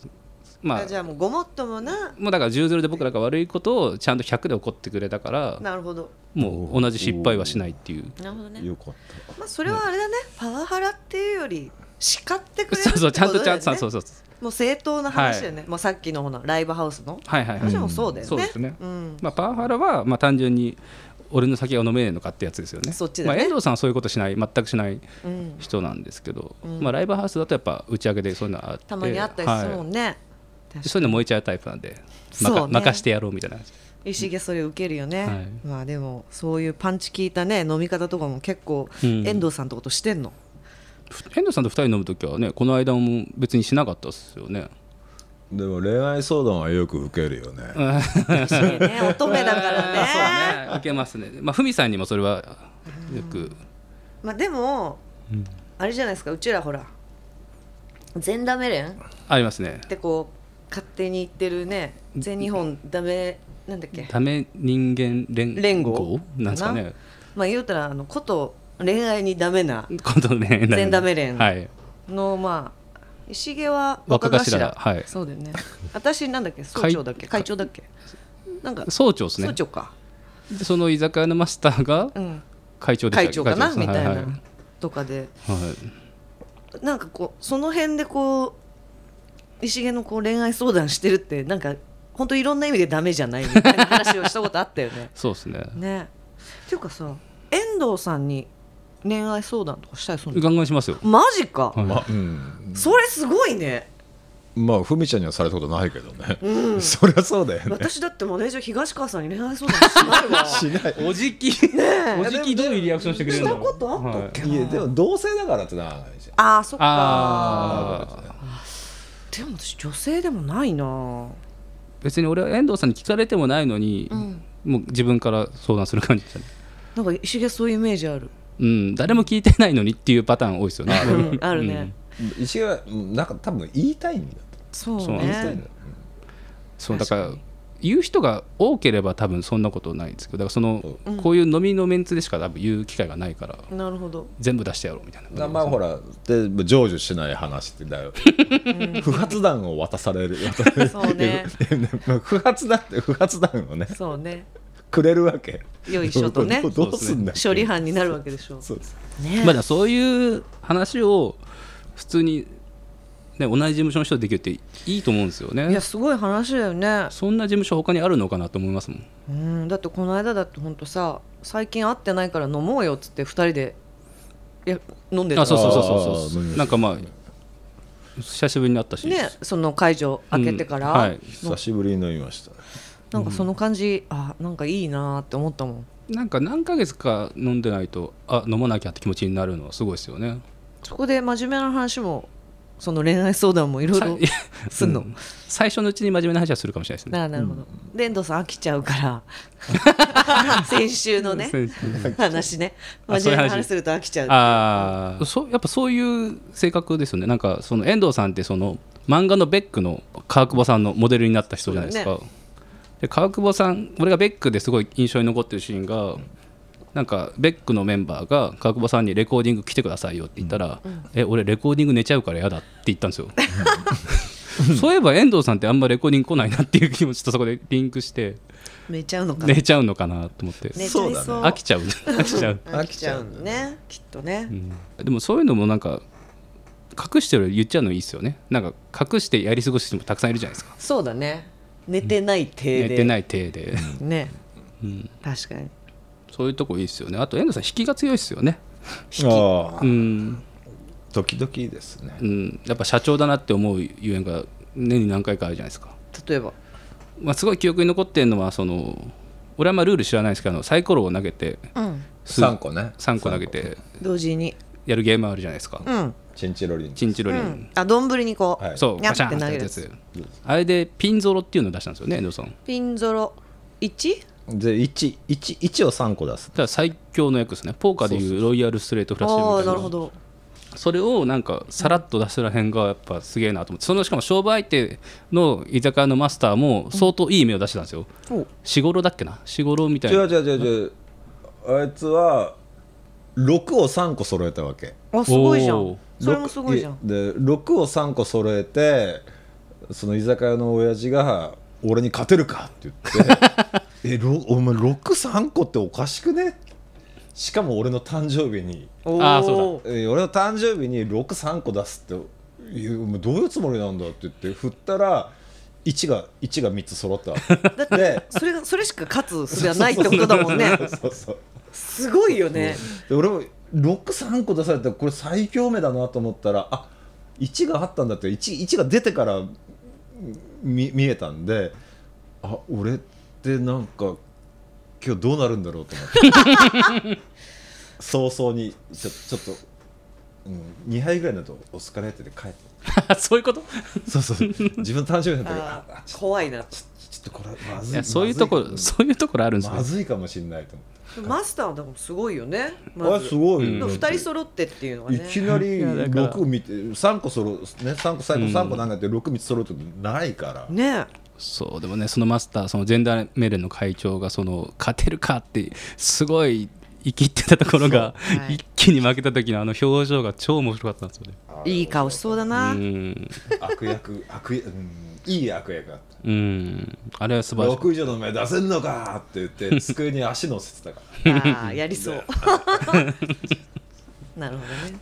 [SPEAKER 3] まあ
[SPEAKER 2] あじゃあもうごもっともな
[SPEAKER 3] もうだから10ゼロで僕らが悪いことをちゃんと100で怒ってくれたから
[SPEAKER 2] なるほど
[SPEAKER 3] もう同じ失敗はしないっていう
[SPEAKER 2] なるほど
[SPEAKER 1] うよかっ
[SPEAKER 2] まあそれはあれだねパワハラっていうより叱ってくれる
[SPEAKER 3] そうそうちゃんとちゃんと
[SPEAKER 2] そ
[SPEAKER 3] そう
[SPEAKER 2] そ
[SPEAKER 3] うそううそう
[SPEAKER 2] もう正当な話だよねもうさっきのほらライブハウスの
[SPEAKER 3] はいはいはい
[SPEAKER 2] 私もそうだよね
[SPEAKER 3] そうですね
[SPEAKER 2] うん
[SPEAKER 3] まあ、パワハラはまあ単純に俺の酒が飲めねえのかってやつですよね
[SPEAKER 2] そっちだね
[SPEAKER 3] まあ、遠藤さんはそういうことしない全くしない
[SPEAKER 2] うん
[SPEAKER 3] 人なんですけど、まあ、ライブハウスだとやっぱ打ち上げでそういうのあって
[SPEAKER 2] たまにあったりするも
[SPEAKER 3] はい
[SPEAKER 2] んね確かに
[SPEAKER 3] そういうの燃えちゃうタイプなんで
[SPEAKER 2] そうね
[SPEAKER 3] 任、任してやろうみたいな感じ
[SPEAKER 2] 石毛それ受けるよね、
[SPEAKER 3] はい
[SPEAKER 2] まあでもそういうパンチ効いたね飲み方とかも結構
[SPEAKER 3] うん
[SPEAKER 2] 遠藤さんとことしてん の、
[SPEAKER 3] 遠藤さんと2人飲む時はねこの間も別にしなかったですよね
[SPEAKER 1] たでも恋愛相談はよく受けるよね、
[SPEAKER 2] ね 乙女だからね
[SPEAKER 3] そうね受けますねまあふみさんにもそれはよく
[SPEAKER 2] まあでも、あれじゃないですかうちらほら全ダメ連っ
[SPEAKER 3] ありますね
[SPEAKER 2] てこう勝手に言ってるね全日本ダメなんだっけ
[SPEAKER 3] ため人間連
[SPEAKER 2] 連合
[SPEAKER 3] なんですか
[SPEAKER 2] か
[SPEAKER 3] ね
[SPEAKER 2] まあ言うたらあのこと恋愛にダメな
[SPEAKER 3] ことね
[SPEAKER 2] 全ダメ連
[SPEAKER 3] はい
[SPEAKER 2] のまあ石毛は
[SPEAKER 3] 若頭はい
[SPEAKER 2] そうだよね私なんだっけ総長だっけ会
[SPEAKER 3] 会
[SPEAKER 2] 長だっけなんか
[SPEAKER 3] 総長ですね
[SPEAKER 2] 総長か、
[SPEAKER 3] でその居酒屋のマスターが
[SPEAKER 2] うん、
[SPEAKER 3] 会長でしたっ
[SPEAKER 2] 会
[SPEAKER 3] け
[SPEAKER 2] 長かな
[SPEAKER 3] です
[SPEAKER 2] みたいな、
[SPEAKER 3] はは
[SPEAKER 2] とかで
[SPEAKER 3] はい
[SPEAKER 2] なんかこうその辺でこう石毛のこう恋愛相談してるってなんか本当いろんな意味でダメじゃないみたいな話をしたことあったよ ね
[SPEAKER 3] そうですね
[SPEAKER 2] ねっていうかさ遠藤さんに恋愛相談とかしたりするの
[SPEAKER 3] ガンガンしますよ
[SPEAKER 2] マジか、
[SPEAKER 3] はい
[SPEAKER 1] まあうん
[SPEAKER 2] それすごいね
[SPEAKER 1] まあふみちゃんにはされたことないけどね、 そりゃそうだよね
[SPEAKER 2] 私だってマネージャー東川さんに恋愛相談しない わ
[SPEAKER 1] しない
[SPEAKER 3] おじきおじきどういうリアクションしてくれるんだろう
[SPEAKER 2] したことあったっけ
[SPEAKER 1] いやでも同性だからってならないじゃん
[SPEAKER 2] あーそっか
[SPEAKER 3] ああ
[SPEAKER 2] でも私女性でもないな
[SPEAKER 3] 別に俺は遠藤さんに聞かれてもないのに、もう自分から相談する感じでしたね
[SPEAKER 2] なんか石毛そういうイメージある、
[SPEAKER 3] うん誰も聞いてないのにっていうパターン多いですよね
[SPEAKER 2] うん、あるね、
[SPEAKER 3] うん
[SPEAKER 1] 石がうんなんか多分言いたいんだと
[SPEAKER 2] そう
[SPEAKER 3] そうなん
[SPEAKER 1] 言いたいん
[SPEAKER 2] ね
[SPEAKER 1] だ
[SPEAKER 3] そうだ
[SPEAKER 2] 確か
[SPEAKER 3] か
[SPEAKER 2] に
[SPEAKER 3] ら言う人が多ければ多分そんなことないんですけどだからその、
[SPEAKER 1] う
[SPEAKER 3] こういう飲みのメンツでしか多分言う機会がないから
[SPEAKER 2] なるほど
[SPEAKER 3] 全部出してやろうみたいな
[SPEAKER 1] だまあほらで成就しない話ってだよ不発弾を渡される渡される
[SPEAKER 2] そう ね
[SPEAKER 1] 不発弾って不発弾をね
[SPEAKER 2] そうね
[SPEAKER 1] くれるわけ
[SPEAKER 2] よいしょと ね
[SPEAKER 1] どうどうすんだ
[SPEAKER 2] 処理班になるわけでしょ
[SPEAKER 1] そうです
[SPEAKER 2] ね
[SPEAKER 3] まあだからそういう話を普通に、ね、同じ事務所の人でできるっていいと思うんですよ
[SPEAKER 2] いや
[SPEAKER 3] ね
[SPEAKER 2] すごい話だよね、
[SPEAKER 3] そんな事務所他にあるのかなと思いますもん
[SPEAKER 2] うん、だってこの間だってほんとさ最近会ってないから飲もうよっつって二人でいや飲んでた
[SPEAKER 3] あそうそうそうそうそ
[SPEAKER 1] あー
[SPEAKER 3] うなんかまあ久しぶりに会ったし、
[SPEAKER 2] ねその会場開けてから、
[SPEAKER 3] うんはい
[SPEAKER 1] 久しぶりに飲みました
[SPEAKER 2] なんかその感じ、あなんかいいなーって思ったもん
[SPEAKER 3] なんか何ヶ月か飲んでないとあ飲まなきゃって気持ちになるのはすごいですよね
[SPEAKER 2] そこで真面目な話もその恋愛相談もいろい
[SPEAKER 3] さ
[SPEAKER 2] ろ
[SPEAKER 3] い
[SPEAKER 2] すんの、
[SPEAKER 3] うん最初のうちに真面目な話はするかもしれないですね
[SPEAKER 2] なあなるほど、で遠藤さん飽きちゃうから 先週のね
[SPEAKER 3] そう ですね
[SPEAKER 2] 話ね
[SPEAKER 3] あ
[SPEAKER 2] 真
[SPEAKER 3] そうい
[SPEAKER 2] 面目
[SPEAKER 3] う話
[SPEAKER 2] な話すると飽きちゃう
[SPEAKER 3] ああそうやっぱそういう性格ですよねなんかその遠藤さんってその漫画のベックの川久保さんのモデルになった人じゃないです
[SPEAKER 2] そ
[SPEAKER 3] か、で川久保さん俺がベックですごい印象に残ってるシーンがなんかベックのメンバーが川久保さんにレコーディング来てくださいよって言ったら「え俺レコーディング寝ちゃうから嫌だ」って言ったんですよそういえば遠藤さんってあんまレコーディング来ないなっていう気持ちとそこでリンクして
[SPEAKER 2] 寝ちゃうのかな
[SPEAKER 3] 寝ちゃうのかなと思って
[SPEAKER 2] 寝ちゃいそう
[SPEAKER 1] そう
[SPEAKER 3] 飽きちゃう飽きちゃう
[SPEAKER 2] 飽きちゃうのねきっとね、
[SPEAKER 3] でもそういうのもなんか隠してるより言っちゃうのいいですよねなんか隠してやり過ごす人もたくさんいるじゃないですか
[SPEAKER 2] そうだね寝てない手
[SPEAKER 3] 寝
[SPEAKER 2] で
[SPEAKER 3] てない体で
[SPEAKER 2] ね、確かに
[SPEAKER 3] そういうとこいいですよねあと遠藤さん引きが強いですよね
[SPEAKER 1] ああ
[SPEAKER 3] うん、
[SPEAKER 1] 時々ですね
[SPEAKER 3] うん、やっぱ社長だなって思うゆえんが年に何回かあるじゃないですか、
[SPEAKER 2] 例えば
[SPEAKER 3] まあ、すごい記憶に残ってるのはその俺はあんまルール知らないですけどあのサイコロを投げてす
[SPEAKER 1] 3個ね
[SPEAKER 3] 3個投げて
[SPEAKER 2] 同時に
[SPEAKER 3] やるゲームあるじゃないですか、
[SPEAKER 2] うん
[SPEAKER 1] チンチロリン
[SPEAKER 3] チンチロリン、
[SPEAKER 2] あ丼にこう、
[SPEAKER 1] はい
[SPEAKER 3] そう
[SPEAKER 2] ニャ
[SPEAKER 3] ガ
[SPEAKER 2] ッ
[SPEAKER 3] シャン
[SPEAKER 2] て
[SPEAKER 3] って
[SPEAKER 2] 投げ
[SPEAKER 3] や
[SPEAKER 2] る
[SPEAKER 3] つ
[SPEAKER 2] や
[SPEAKER 3] や
[SPEAKER 2] つ
[SPEAKER 3] つあれでピンゾロっていうのを出したんですよね遠藤さん
[SPEAKER 2] ピンゾロ 1?
[SPEAKER 1] で一一一を三個出す
[SPEAKER 3] だから最強の役ですねポーカーでいうロイヤルストレートフラッシュみ
[SPEAKER 2] あ
[SPEAKER 3] たい
[SPEAKER 2] あ
[SPEAKER 3] な
[SPEAKER 2] ーなるほど
[SPEAKER 3] それをなんかさらっと出すらへんがやっぱすげえなと思ってそのしかも商売相手の居酒屋のマスターも相当いい目を出してたんですよ
[SPEAKER 2] お
[SPEAKER 3] 四五郎だっけな四五郎みたい
[SPEAKER 1] 違う
[SPEAKER 3] な
[SPEAKER 1] 違う違う違うあいつは6を3個揃えたわけ
[SPEAKER 2] あすごいじゃ
[SPEAKER 3] お
[SPEAKER 2] ん
[SPEAKER 3] ー
[SPEAKER 2] それもすごいじゃん
[SPEAKER 1] ろくで6を3個揃えてその居酒屋の親父が「俺に勝てるか」って言って「 えろお前63個っておかしくね?」しかも俺の誕生日に
[SPEAKER 2] おー
[SPEAKER 3] あーそ
[SPEAKER 1] えー俺の誕生日に63個出すっていうもうどういうつもりなんだって言って振ったら1が1が3つ揃ったわ
[SPEAKER 2] だっ
[SPEAKER 1] けで
[SPEAKER 2] それがそれしか勝つすはないってことだもん ね
[SPEAKER 1] そうそう
[SPEAKER 2] すごいよね
[SPEAKER 1] で俺も63個出されてこれ最強目だなと思ったらあ1があったんだって 1, 1が出てから見見えたんであ俺ってなんか今日どうなるんだろうと思って 早々にちょちょっと、うん、2杯ぐらいになると「お疲れ」って言って帰って
[SPEAKER 3] そういうこと
[SPEAKER 1] そうそう自分の誕生日の時ああ
[SPEAKER 2] あ
[SPEAKER 1] ち
[SPEAKER 2] ー
[SPEAKER 1] ょ
[SPEAKER 2] 怖い
[SPEAKER 1] ち
[SPEAKER 2] な
[SPEAKER 1] ょちょっとこれまず
[SPEAKER 3] い
[SPEAKER 1] い
[SPEAKER 3] やそういうところそういうところあるんです
[SPEAKER 1] ま
[SPEAKER 3] よ
[SPEAKER 1] ずいかもしれないと思って。
[SPEAKER 2] マスターだもんすごいよね
[SPEAKER 1] あ
[SPEAKER 2] ま
[SPEAKER 1] れ
[SPEAKER 2] ず
[SPEAKER 1] すごい
[SPEAKER 3] うん
[SPEAKER 1] よ、
[SPEAKER 2] 2人揃ってっていうのはいね
[SPEAKER 1] きなり
[SPEAKER 3] いやだから
[SPEAKER 1] 6見て3個揃うね3個最後3個なんかって6見つ揃うってないから、
[SPEAKER 2] ね
[SPEAKER 3] そうでもねそのマスターそのジェンダーメレンの会長がその勝てるかってすごい生きってたところが、
[SPEAKER 2] そう はい
[SPEAKER 3] 一気に負けた時のあの表情が超面白かったんですよね
[SPEAKER 2] いい顔しそうだな
[SPEAKER 3] うん
[SPEAKER 1] 悪役 悪役、うん、いい悪役だった
[SPEAKER 3] うんあれは素晴らしい
[SPEAKER 1] 6以上の目出せんのか って言って机に足乗せてたから
[SPEAKER 2] あーやりそう なるほどね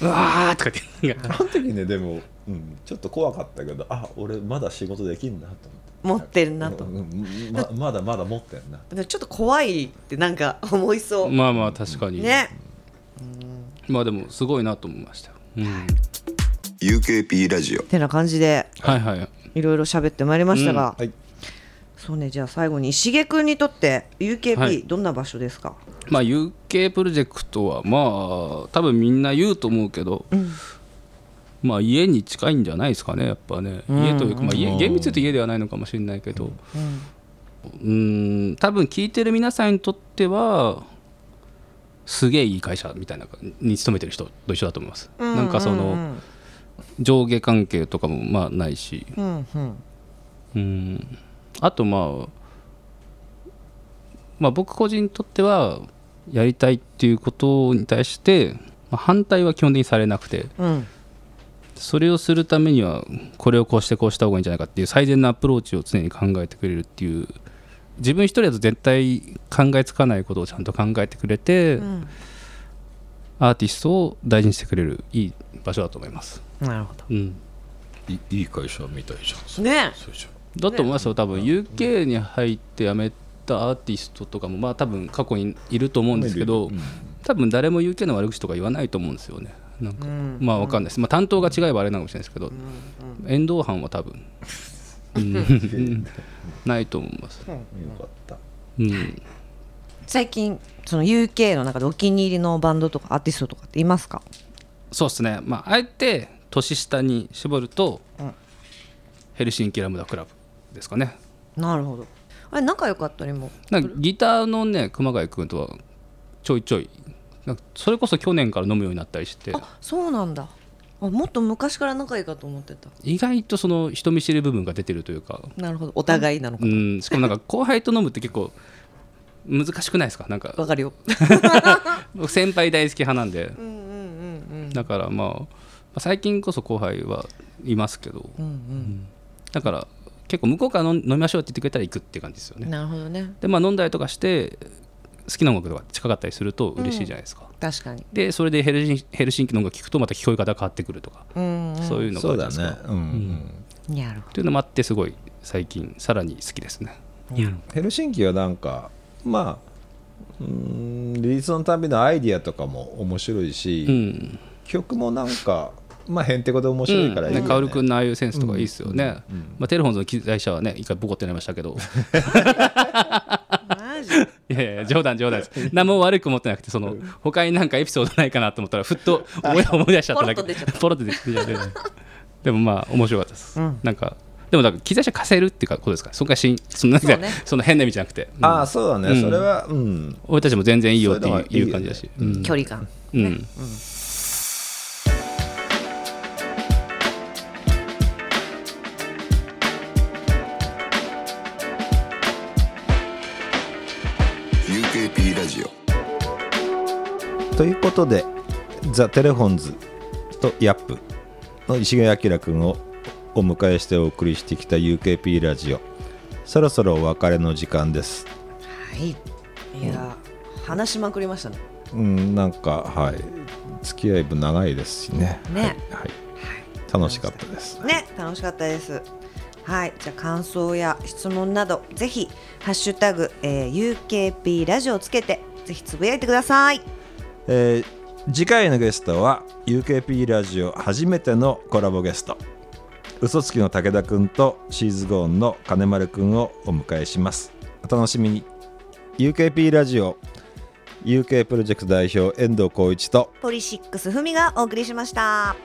[SPEAKER 3] うわーとか言っ てなんか
[SPEAKER 1] あの時ねでも、うん、ちょっと怖かったけどあ俺まだ仕事できんなと
[SPEAKER 2] 持ってる
[SPEAKER 1] 思
[SPEAKER 2] な
[SPEAKER 1] って
[SPEAKER 2] と、
[SPEAKER 1] うんうんままだまだ持ってんな
[SPEAKER 2] でもちょっと怖いってなんか思いそう、
[SPEAKER 3] まあまあ確かに、
[SPEAKER 2] ね
[SPEAKER 3] まあでもすごいなと思いましたよ、うん、
[SPEAKER 4] UKP ラジオ
[SPEAKER 2] てな感じで
[SPEAKER 3] はいはい
[SPEAKER 2] いろいろ喋ってまいりましたが、
[SPEAKER 1] はい
[SPEAKER 2] そうねじゃあ最後に石毛君にとって UKP、
[SPEAKER 3] はい
[SPEAKER 2] どんな場所ですか
[SPEAKER 3] まあ UK プロジェクトはまあ多分みんな言うと思うけど、まあ家に近いんじゃないですかねやっぱね、家というか、まあ、家厳密に言うと家ではないのかもしれないけどうんん多分聞いてる皆さんにとってはすげえいい会社みたいなに勤めてる人と一緒だと思います、なんかその上下関係とかもまあないし、
[SPEAKER 2] うんうん
[SPEAKER 3] うんあとまあまあ僕個人にとってはやりたいっていうことに対して、まあ反対は基本的にされなくて
[SPEAKER 2] うん
[SPEAKER 3] それをするためにはこれをこうしてこうした方がいいんじゃないかっていう最善なアプローチを常に考えてくれるっていう自分一人だと絶対考えつかないことをちゃんと考えてくれて、
[SPEAKER 2] ん
[SPEAKER 3] アーティストを大事にしてくれるいい場所だと思います。
[SPEAKER 2] なるほど
[SPEAKER 3] うん
[SPEAKER 6] いいい会社みたいじゃんそれ
[SPEAKER 2] ね
[SPEAKER 6] それ じゃ
[SPEAKER 3] だと思いますよ、多分 UK に入って辞めたアーティストとかも、まあ多分過去にいると思うんですけど、多分誰も UK の悪口とか言わないと思うんですよね、なんか、まあわかんないです、まあ、担当が違えばあれなのかもしれないですけど、遠藤班は多分、うんないと思います。
[SPEAKER 1] よ かった
[SPEAKER 3] うん
[SPEAKER 2] 最近その UK の中でお気に入りのバンドとかアーティストとかっていますか
[SPEAKER 3] そうですね、まあ、あえて年下に絞ると、ヘルシンキラムダクラブですかね。
[SPEAKER 2] なるほどあれ仲良かったりも
[SPEAKER 3] なんかギターのね熊谷君とはちょいちょいなんかそれこそ去年から飲むようになったりして
[SPEAKER 2] あそうなんだあもっと昔から仲いいかと思ってた
[SPEAKER 3] 意外とその人見知る部分が出てるというか、
[SPEAKER 2] なるほどお互いなのか
[SPEAKER 3] うん、しかもなんか 後輩と飲むって結構難しくないですかなん
[SPEAKER 2] わ
[SPEAKER 3] か
[SPEAKER 2] かるよ
[SPEAKER 3] 僕先輩大好き派なんでだからまあまあ最近こそ後輩はいますけど、うんだから結構向こうから飲み飲みましょうって言ってくれたら行くっていう感じですよね
[SPEAKER 2] なるほどね
[SPEAKER 3] でまあ飲んだりとかして好きな音楽とか近かったりすると嬉しいじゃないですか、
[SPEAKER 2] 確かに
[SPEAKER 3] でそれでヘルシンヘルシンキの音楽聞くとまた聞こえ方変わってくるとか、
[SPEAKER 2] うんうん
[SPEAKER 3] そういうのが
[SPEAKER 1] そ
[SPEAKER 3] あ
[SPEAKER 1] う
[SPEAKER 3] るじゃ
[SPEAKER 1] だ
[SPEAKER 3] ないで
[SPEAKER 1] ね
[SPEAKER 3] すか
[SPEAKER 1] うん、うん
[SPEAKER 2] やるほ
[SPEAKER 3] というのもあってすごい最近さらに好きですね、
[SPEAKER 1] ヘルシンキはなんかまあうーんリリースのたびのアイディアとかも面白いし、
[SPEAKER 3] うん
[SPEAKER 1] 曲もなんかまあへんてこで面白いからいいよね、
[SPEAKER 3] ねカオル君のああいうセンスとかいいですよね、まあ、テレフォンズの機材車はね一回ボコってなりましたけど
[SPEAKER 2] どマジ
[SPEAKER 3] いやいや冗談冗談です何も悪く思ってなくてその他になんかエピソードないかなと思ったらふ っと思い思い出しちゃっただけ
[SPEAKER 2] ポロッと出ちゃっ
[SPEAKER 3] ポロッと出ちゃってでもまあ面白かったです、なんかでもだから機材車貸せるっていうかことですかそんなしんそんな
[SPEAKER 2] そうね
[SPEAKER 3] その変な意味じゃなくて、うん
[SPEAKER 1] ああそうだね、
[SPEAKER 3] うん
[SPEAKER 1] それはうん
[SPEAKER 3] 俺たちも全然いいよっ
[SPEAKER 1] そ
[SPEAKER 3] てい
[SPEAKER 1] いうの
[SPEAKER 3] うう
[SPEAKER 1] はいいよね
[SPEAKER 3] いう感じだし、うん
[SPEAKER 2] 距離感
[SPEAKER 3] うん、
[SPEAKER 4] UKP ラジオ
[SPEAKER 1] ということでザ・テレフォンズとヤップの石毛明君をお迎えしてお送りしてきた UKP ラジオそろそろお別れの時間です
[SPEAKER 2] はいいやー話しまくりましたね
[SPEAKER 1] うんなんかはい付き合いも長いですしね
[SPEAKER 2] ね
[SPEAKER 1] はい、はい楽しかったです
[SPEAKER 2] ね楽しかったですはいじゃあ感想や質問などぜひハッシュタグ、えー UKP ラジオをつけてぜひつぶやいてください
[SPEAKER 1] えー次回のゲストは UKP ラジオ初めてのコラボゲスト嘘つきの武田くんとシーズゴーンの金丸くんをお迎えしますお楽しみに UKP ラジオ UK プロジェクト代表遠藤浩一と
[SPEAKER 5] ポリシックスふみがお送りしました。